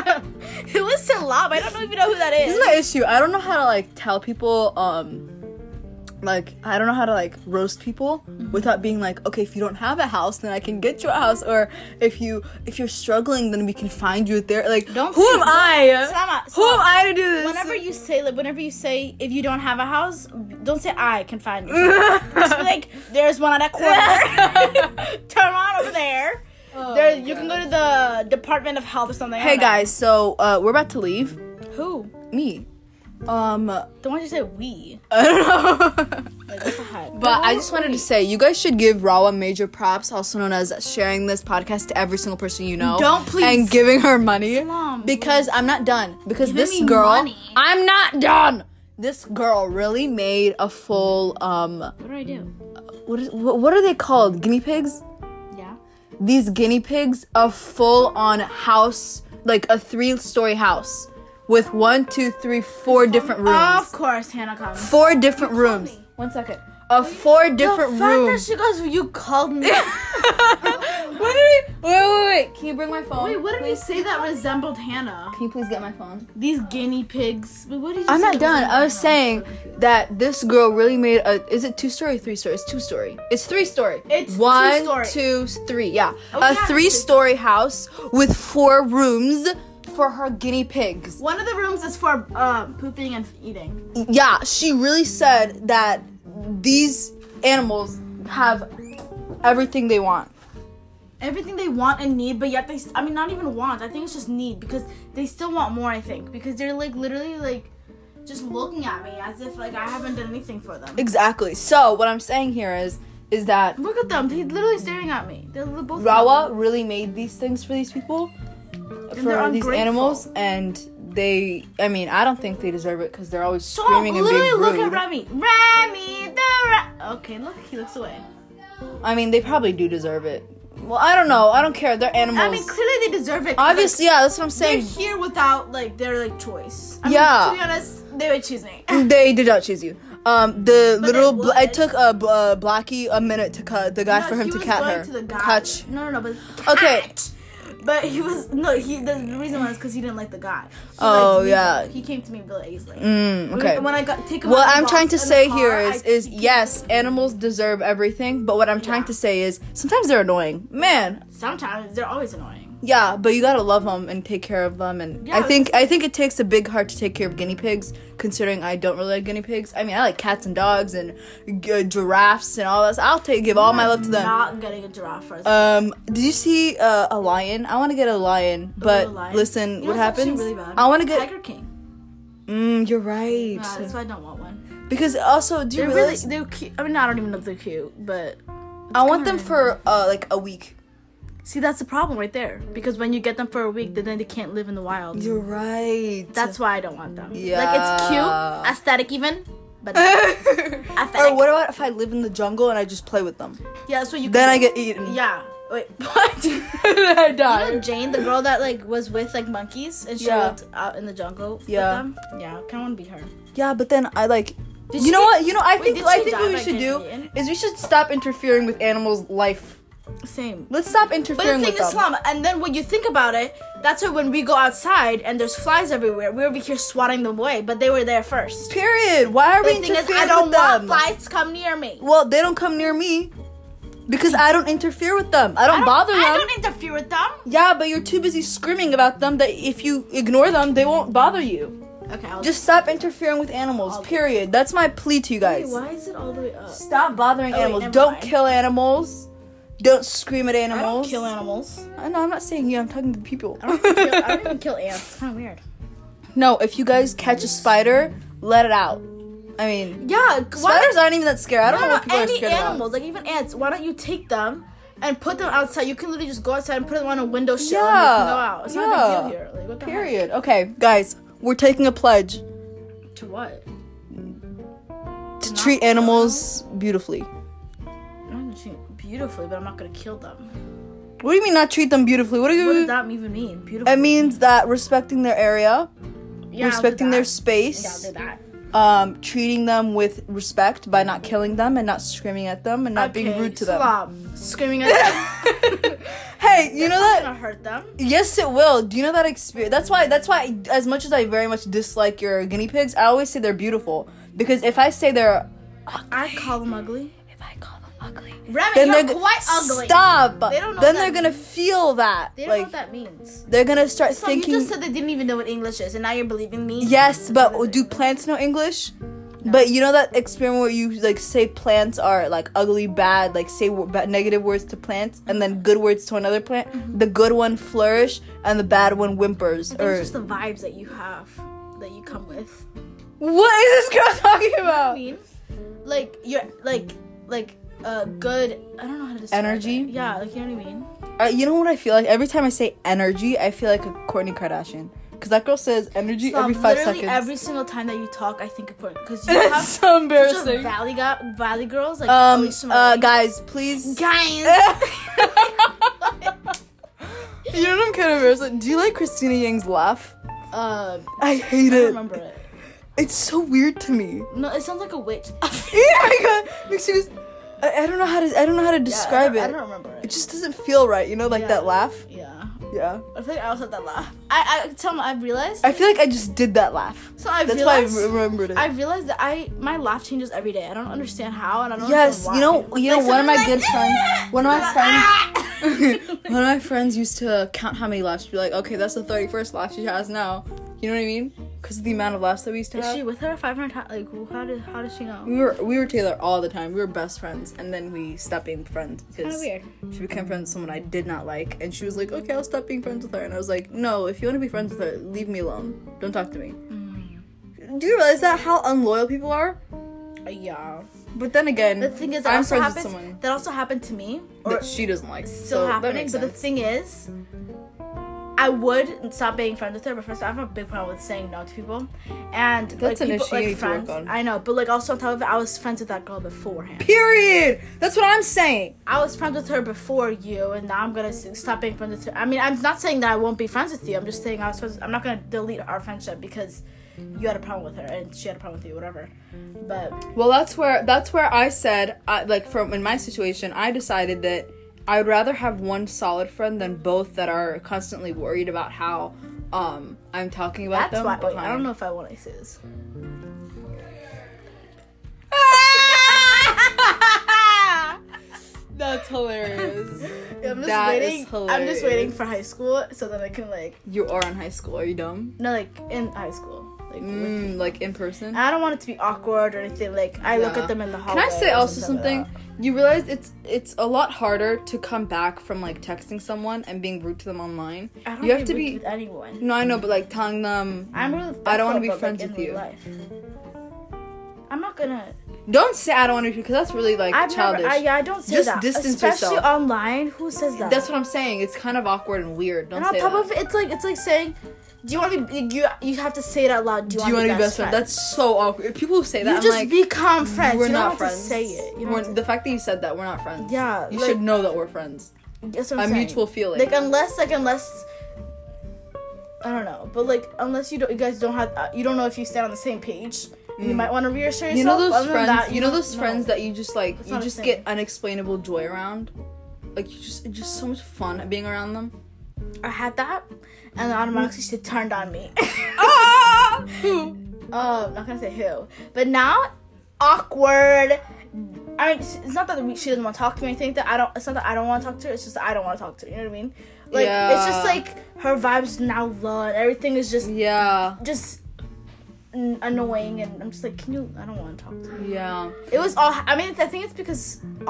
Who is Salam? I don't know if you know who that is.
This is my issue. I don't know how to like tell people um like I don't know how to like roast people
Mm-hmm.
without being like, okay, if you don't have a house, then I can get you a house or if you if you're struggling, then we can find you there. Like
Don't
who
say-
am I?
Salama,
who am
Salama.
I to do this?
Whenever you say like, whenever you say if you don't have a house, don't say I can find you.
[laughs]
Just be like, there's one on that corner. [laughs] Turn on over there. there, you can go to the Department of Health or something. I
Oh Hey
don't know.
guys, so uh we're about to leave.
who?
Me. Um [laughs]
Don't want you to say we.
I don't know.
Like what the heck?
Uh, But I just wanted to say, you guys should give Rawa major props, also known as sharing this podcast to every single person you know.
Don't please.
And giving her money.
Salam,
because I'm not done. Because this
me
girl,
money.
I'm not done. This girl really made a full um,
What do I do?
what is wh- what are they called? Guinea pigs.
Yeah.
These guinea pigs, a full on house, like a three story house, with one, two, three, four different
Of
rooms.
course, Hannah comes.
Four different rooms.
One second.
A four
The
different
fact that
rooms.
she goes, you called me.
what did we? Wait, wait, [laughs] wait. Can you bring my phone?
Wait, what did we say that resembled Hannah?
Can you please get my phone?
These guinea pigs. Wait, what did you
I'm
say
not
that
done.
resembled
I was
Hannah?
saying that this girl really made a. Is it two story, three story? It's two story. It's three story.
It's
one,
two-story.
two, three. Yeah,
Oh,
a
yeah,
three
it's-
story house with four rooms for her guinea pigs.
One of the rooms is for um, pooping and eating.
Yeah, she really said that these animals have everything they want.
Everything they want and need, but yet they, I mean, not even want. I think it's just need because they still want more, I think. Because they're like literally like just looking at me as if like I haven't done anything for them.
Exactly. So what I'm saying here is, is that
Look at them. They're literally staring at me. They're li- both.
Rawa really made these things for these people, for
they're
these
ungrateful.
animals, and they. I mean, I don't think they deserve it because they're always
Stop!
screaming and
Literally
being
look at
rude.
Remy. Remy the ra- Okay, look, he looks away.
I mean, they probably do deserve it. Well, I don't know. I don't care. They're animals.
I mean, clearly they deserve it. 'cause, like,
Obviously, yeah, that's what I'm
they're
saying.
here without like their like choice. I
Yeah.
Mean, to be honest, they would choose me. [laughs]
They did not choose you. Um, the
But
little
they
bl- it
would.
took a bl- uh, Blackie a minute to cut the guy
No,
for him
he
to
was
cat
going
her.
to the guy.
Catch.
No, no, no, but
Okay.
cat. But he was no. He the reason was because he didn't like the guy. He
Oh,
liked me,
yeah.
He came to me really easily.
Mm, okay.
When I got take him.
What
out of the
I'm
box
trying to
in the
say
car,
here is
I-
is
he came-
yes, animals deserve everything, but what I'm trying
Yeah.
to say is sometimes they're annoying. Man,
Sometimes they're always annoying.
yeah, but you got to love them and take care of them and
Yeah,
I think I think it takes a big heart to take care of guinea pigs considering I don't really like guinea pigs. I mean, I like cats and dogs and g- uh, giraffes and all that. So I'll take give all my love to them.
Not getting a giraffe first.
Um, did you see uh, a lion? I want to get a lion, but
Oh, a lion.
listen,
You know,
what
it's actually
happens?
Really bad.
I want to get.
Tiger King.
Mm, you're right.
Yeah, that's why I don't want one.
Because also, do you
They're really
realize?
they're cute. I mean, I don't even know if they're cute, but
I want them
kinda-
for uh, like a week.
See, that's the problem right there. Because when you get them for a week, then they can't live in the wild.
You're right.
That's why I don't want them.
Yeah.
Like it's cute, aesthetic even,
[laughs] [laughs]
but
or
aesthetic.
what about if I live in the jungle and I just play with them?
yeah, so you.
Then I
can-
get eaten.
[laughs] Yeah. Wait. [laughs]
What? I
You know
die.
Jane, the girl that like was with like monkeys and she
Yeah.
lived out in the jungle.
Yeah.
With them? Yeah. Kind of want to be her.
Yeah, but then I like.
Did
you
she
know
get-
what? You know I
Wait,
think
did
I
she
think
die
what we
by
should
getting
do
eaten?
is we should stop interfering with animals' life.
Same.
Let's stop
But the
interfering
thing
with
is,
them.
slum, and then when you think about it, that's why when we go outside and there's flies everywhere, we're over here swatting them away, but they were there first.
Period. Why are
The
we
thing
interfering
is, I don't
with them?
want flies to come near me.
Well, they don't come near me because I don't interfere with them. I don't,
I don't,
bother them.
I don't interfere with them.
yeah, but you're too busy screaming about them that if you ignore them, they won't bother you.
Okay, I'll
Just stop interfering with animals. Period. That's my plea to you
Wait,
guys.
why is it all the way up?
Stop bothering
Oh, wait,
animals.
never
don't
mind.
kill animals. Don't scream at
I
animals.
don't kill animals.
I know, Uh, I'm not saying you. I'm talking to the people.
Kill- [laughs] I don't even
[laughs]
kill ants. It's kind of weird.
no, if you guys catch a spider, let it out. I mean,
Yeah,
spiders aren't even that scary. I don't know
No,
what
no,
people are
any
scared about.
animals, like even ants. Why don't you take them and put them outside? You can literally just go outside and put them on a window sill and they can
Yeah,
go out. It's not a
yeah.
big deal here. Like what the heck?
Period. Okay, guys, we're taking a pledge to
To what?
treat animals beautifully.
I'm gonna treat beautifully, but I'm not gonna kill them.
What do you mean not treat them beautifully? What do you
What does that even mean? Beautiful.
It means that respecting their area,
yeah, I'll do
respecting their
that. Yeah, I'll
space,
do that.
um, treating them with respect by not killing them and not screaming at them and not being
Okay,
rude to them.
Stop screaming at them.
Hey, [laughs] you know
That's
that?
gonna hurt them.
Yes, it will. Do you know that experience? That's why. That's why. As much as I very much dislike your guinea pigs, I always say they're beautiful because if I say they're,
I call them ugly.
if I call them ugly,
Remy,
then
you're
they're g-
quite ugly.
Stop.
They don't know
then
that
they're gonna feel that.
They don't know
like
what that means.
they're gonna start
So
thinking.
you just said they didn't even know what English is, and now you're believing me.
Yes, but do plants know English? But you know that experiment where you like say plants are like ugly, bad, like say w- bad, negative words to plants and then good words to another plant. The good one flourish and the bad one whimpers.
I think
Or
it's just Mm-hmm. the vibes that you have that you come with.
what is this girl [laughs] talking
I
about?
mean, like you're like like uh good. I don't know how to describe
Energy?
it. Yeah, like you know what I mean.
Uh, you know what I feel like every time I say energy, I feel like a Courtney Kardashian because that girl says energy
Um,
every five
literally
seconds. [laughs]
every single time that you talk, I think of because you
That's [laughs]
have such
so
a
embarrassing.
valley go- valley girls like
Um,
Alicia
uh,
Moran.
guys, please.
[laughs] guys.
[laughs] you know what I'm kind of embarrassed. Do you like Christina Yang's laugh?
um,
I hate
I don't
it.
remember it.
It's so weird to me. [laughs]
No, it sounds like a witch.
oh my god! Like she was, I, I don't know how to I don't know how to [laughs] describe
Yeah, I
it.
don't, I don't remember
It
it.
just doesn't feel right, you know, like
Yeah.
that laugh.
Yeah,
Yeah.
I feel like I also had that laugh. I I tell me I realized.
I feel like I just did that laugh.
so I
That's
realized.
why I remembered it.
I [laughs] realized that I my laugh changes every day. I don't understand how, and I don't.
yes, you
understand
know,
why.
you know,
Like,
one of my
sometimes
good
I-
friends, one of my friends,
Ah!
[laughs] [laughs] one of my friends used to count how many laughs. She'd be like, okay, that's the thirty-first laugh she has now. You know what I mean? Because of the amount of laughs that we used to
Is
have.
she with her 500 times? Like, who- how did how does she know?
we were we were Taylor all the time. We were best friends, and then we stopped being friends because
weird.
she became friends with someone I did not like, and she was like, "Okay, I'll stop being friends with her." And I was like, "No, if you want to be friends with her, leave me alone. Don't talk to me."
Mm.
Do you realize that how unloyal people are?
Uh, yeah.
But then again,
The thing is, that
I'm
also
friends with
happens.
someone
That also happened to me. Or
that she doesn't like.
still
so that
happening.
makes
But the
sense.
thing is, I would stop being friends with her. But first, I have a big problem with saying no to people, and
That's
like,
an
people,
issue you
like,
need to work
friends.
on.
I know, but like also on top of it, I was friends with that girl beforehand.
Period. That's what I'm saying.
I was friends with her before you, and now I'm gonna s- stop being friends with her. I mean, I'm not saying that I won't be friends with you. I'm just saying I was. Friends, I'm not gonna delete our friendship because you had a problem with her and she had a problem with you, whatever. But
Well, that's where that's where I said, I, like, from in my situation, I decided that I would rather have one solid friend than both that are constantly worried about how um I'm talking about
that's
them.
why. Wait, I
behind.
don't know if I want to say this.
[laughs] That's hilarious.
I'm just
That is
waiting. I'm just waiting
hilarious.
for high school so that I can like
you are in high school. Are you dumb?
no like in high school. Like with-
Mm, like in person.
I don't want it to be awkward or anything. Like I look
Yeah.
at them in the hallway.
Can I say
or
also
like
something?
that.
You realize it's it's a lot harder to come back from like texting someone and being rude to them online.
I don't
you have to
rude
be.
with anyone.
no, I know, but like telling them,
I'm really.
Mm. I don't wanna
respectful,
be
but, like,
friends
in
with you.
real Life. I'm not gonna.
don't say I don't want to because that's really like
I've
childish.
never. I, yeah, I don't say
Just
that.
distance
Especially
yourself.
online. Who says that?
That's what I'm saying. It's kind of awkward and weird. Don't
and on
say
top
that.
of it, it's like it's like saying, "Do you want to be? You you have to say it out loud. Do you,
Do you
want to be
best friend? That's so awkward. If people say that,
you
I'm
just
like,
become friends.
we're
you don't
not
have
friends.
to say it. You know
We're- the fact that you said that, we're not friends.
Yeah,
You
like-
should know that we're friends.
That's what
A
I'm saying.
mutual feeling.
Like unless like unless I don't know, but like unless you don't you guys don't have uh, you don't know if you stand on the same page, you might want to reassure yourself.
Mm. you know those
Other than
friends.
that,
you know
don't
those friends that you just like you
not a
just
thing.
get unexplainable joy around. like you just it's just so much fun being around them.
I had that, and the
Mm.
automatically she turned on me. [laughs]
Ah!
Oh, I'm not gonna say who, but now, awkward. I mean, it's it's not that we- she doesn't want to talk to me. I think that I don't. It's not that I don't want to talk to her. It's just that I don't want to talk to her. You know what I mean? Like it's just
Yeah.
like her vibes now low, and everything is just
[laughs] Yeah,
just n- annoying. And I'm just like, can you? I don't want to talk to her.
yeah.
It was all. I mean, I think it's because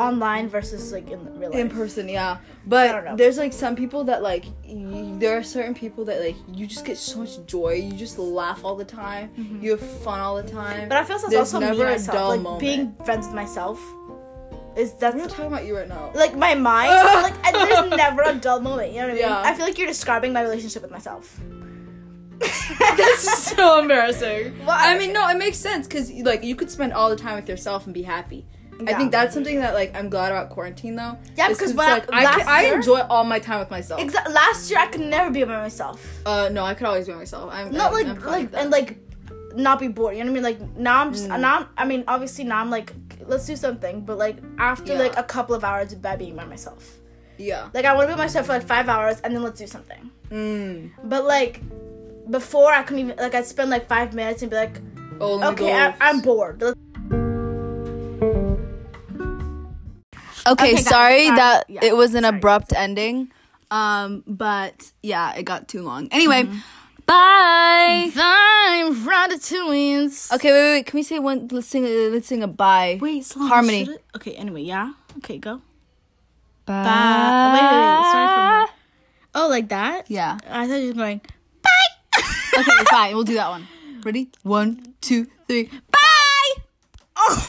online versus like in real life.
in person yeah
I don't know.
but there's like some people that like y- there are certain people that like you just get so much joy you just laugh all the time you have fun all the time
But I feel that's
There's
also me
never a
myself.
dull
like
moment.
being friends with myself is that's
we're not talking about you right now
like my mind. like I, there's never a dull moment. You know what I mean?
Yeah.
I feel like you're describing my relationship with myself.
[laughs]
[laughs]
that's so embarrassing
Why?
i mean no it makes sense because like you could spend all the time with yourself and be happy I
Yeah.
think that's something that like I'm glad about quarantine though.
Yeah,
is
because
it's
when I-
like, I, can-
last
I
year-
enjoy all my time with myself.
Exa- last year I could never be by myself.
uh, no, I could always be myself. I'm I'm-
Not like
I'm fine
like
with that.
and like not be bored. You know what I mean? Like now I'm just now I'm, I mean obviously now I'm like let's do something, but like after
Yeah.
like a couple of hours of by being by myself.
yeah.
Like I want to be by myself for like five hours and then let's do something.
Mm.
But like before I couldn't even like I'd spend like five minutes and be like
Oh, let me
okay
go
I, I'm bored.
Okay,
Okay, guys,
sorry
sorry.
that
Yeah,
it was an abrupt ending. Um, but yeah, it got too long. Anyway,
Mm-hmm.
bye.
I'm round of twins.
Okay, wait, wait, wait. Can we say one? Let's sing. uh, Let's sing a bye.
Wait, Sloan,
Harmony.
should I- Okay, anyway, yeah. Okay, go.
bye.
Uh, wait, wait, wait. Sorry for more. Oh, like that?
Yeah.
I thought you were going.
Okay, fine. We'll do that one. Ready? One, two, three.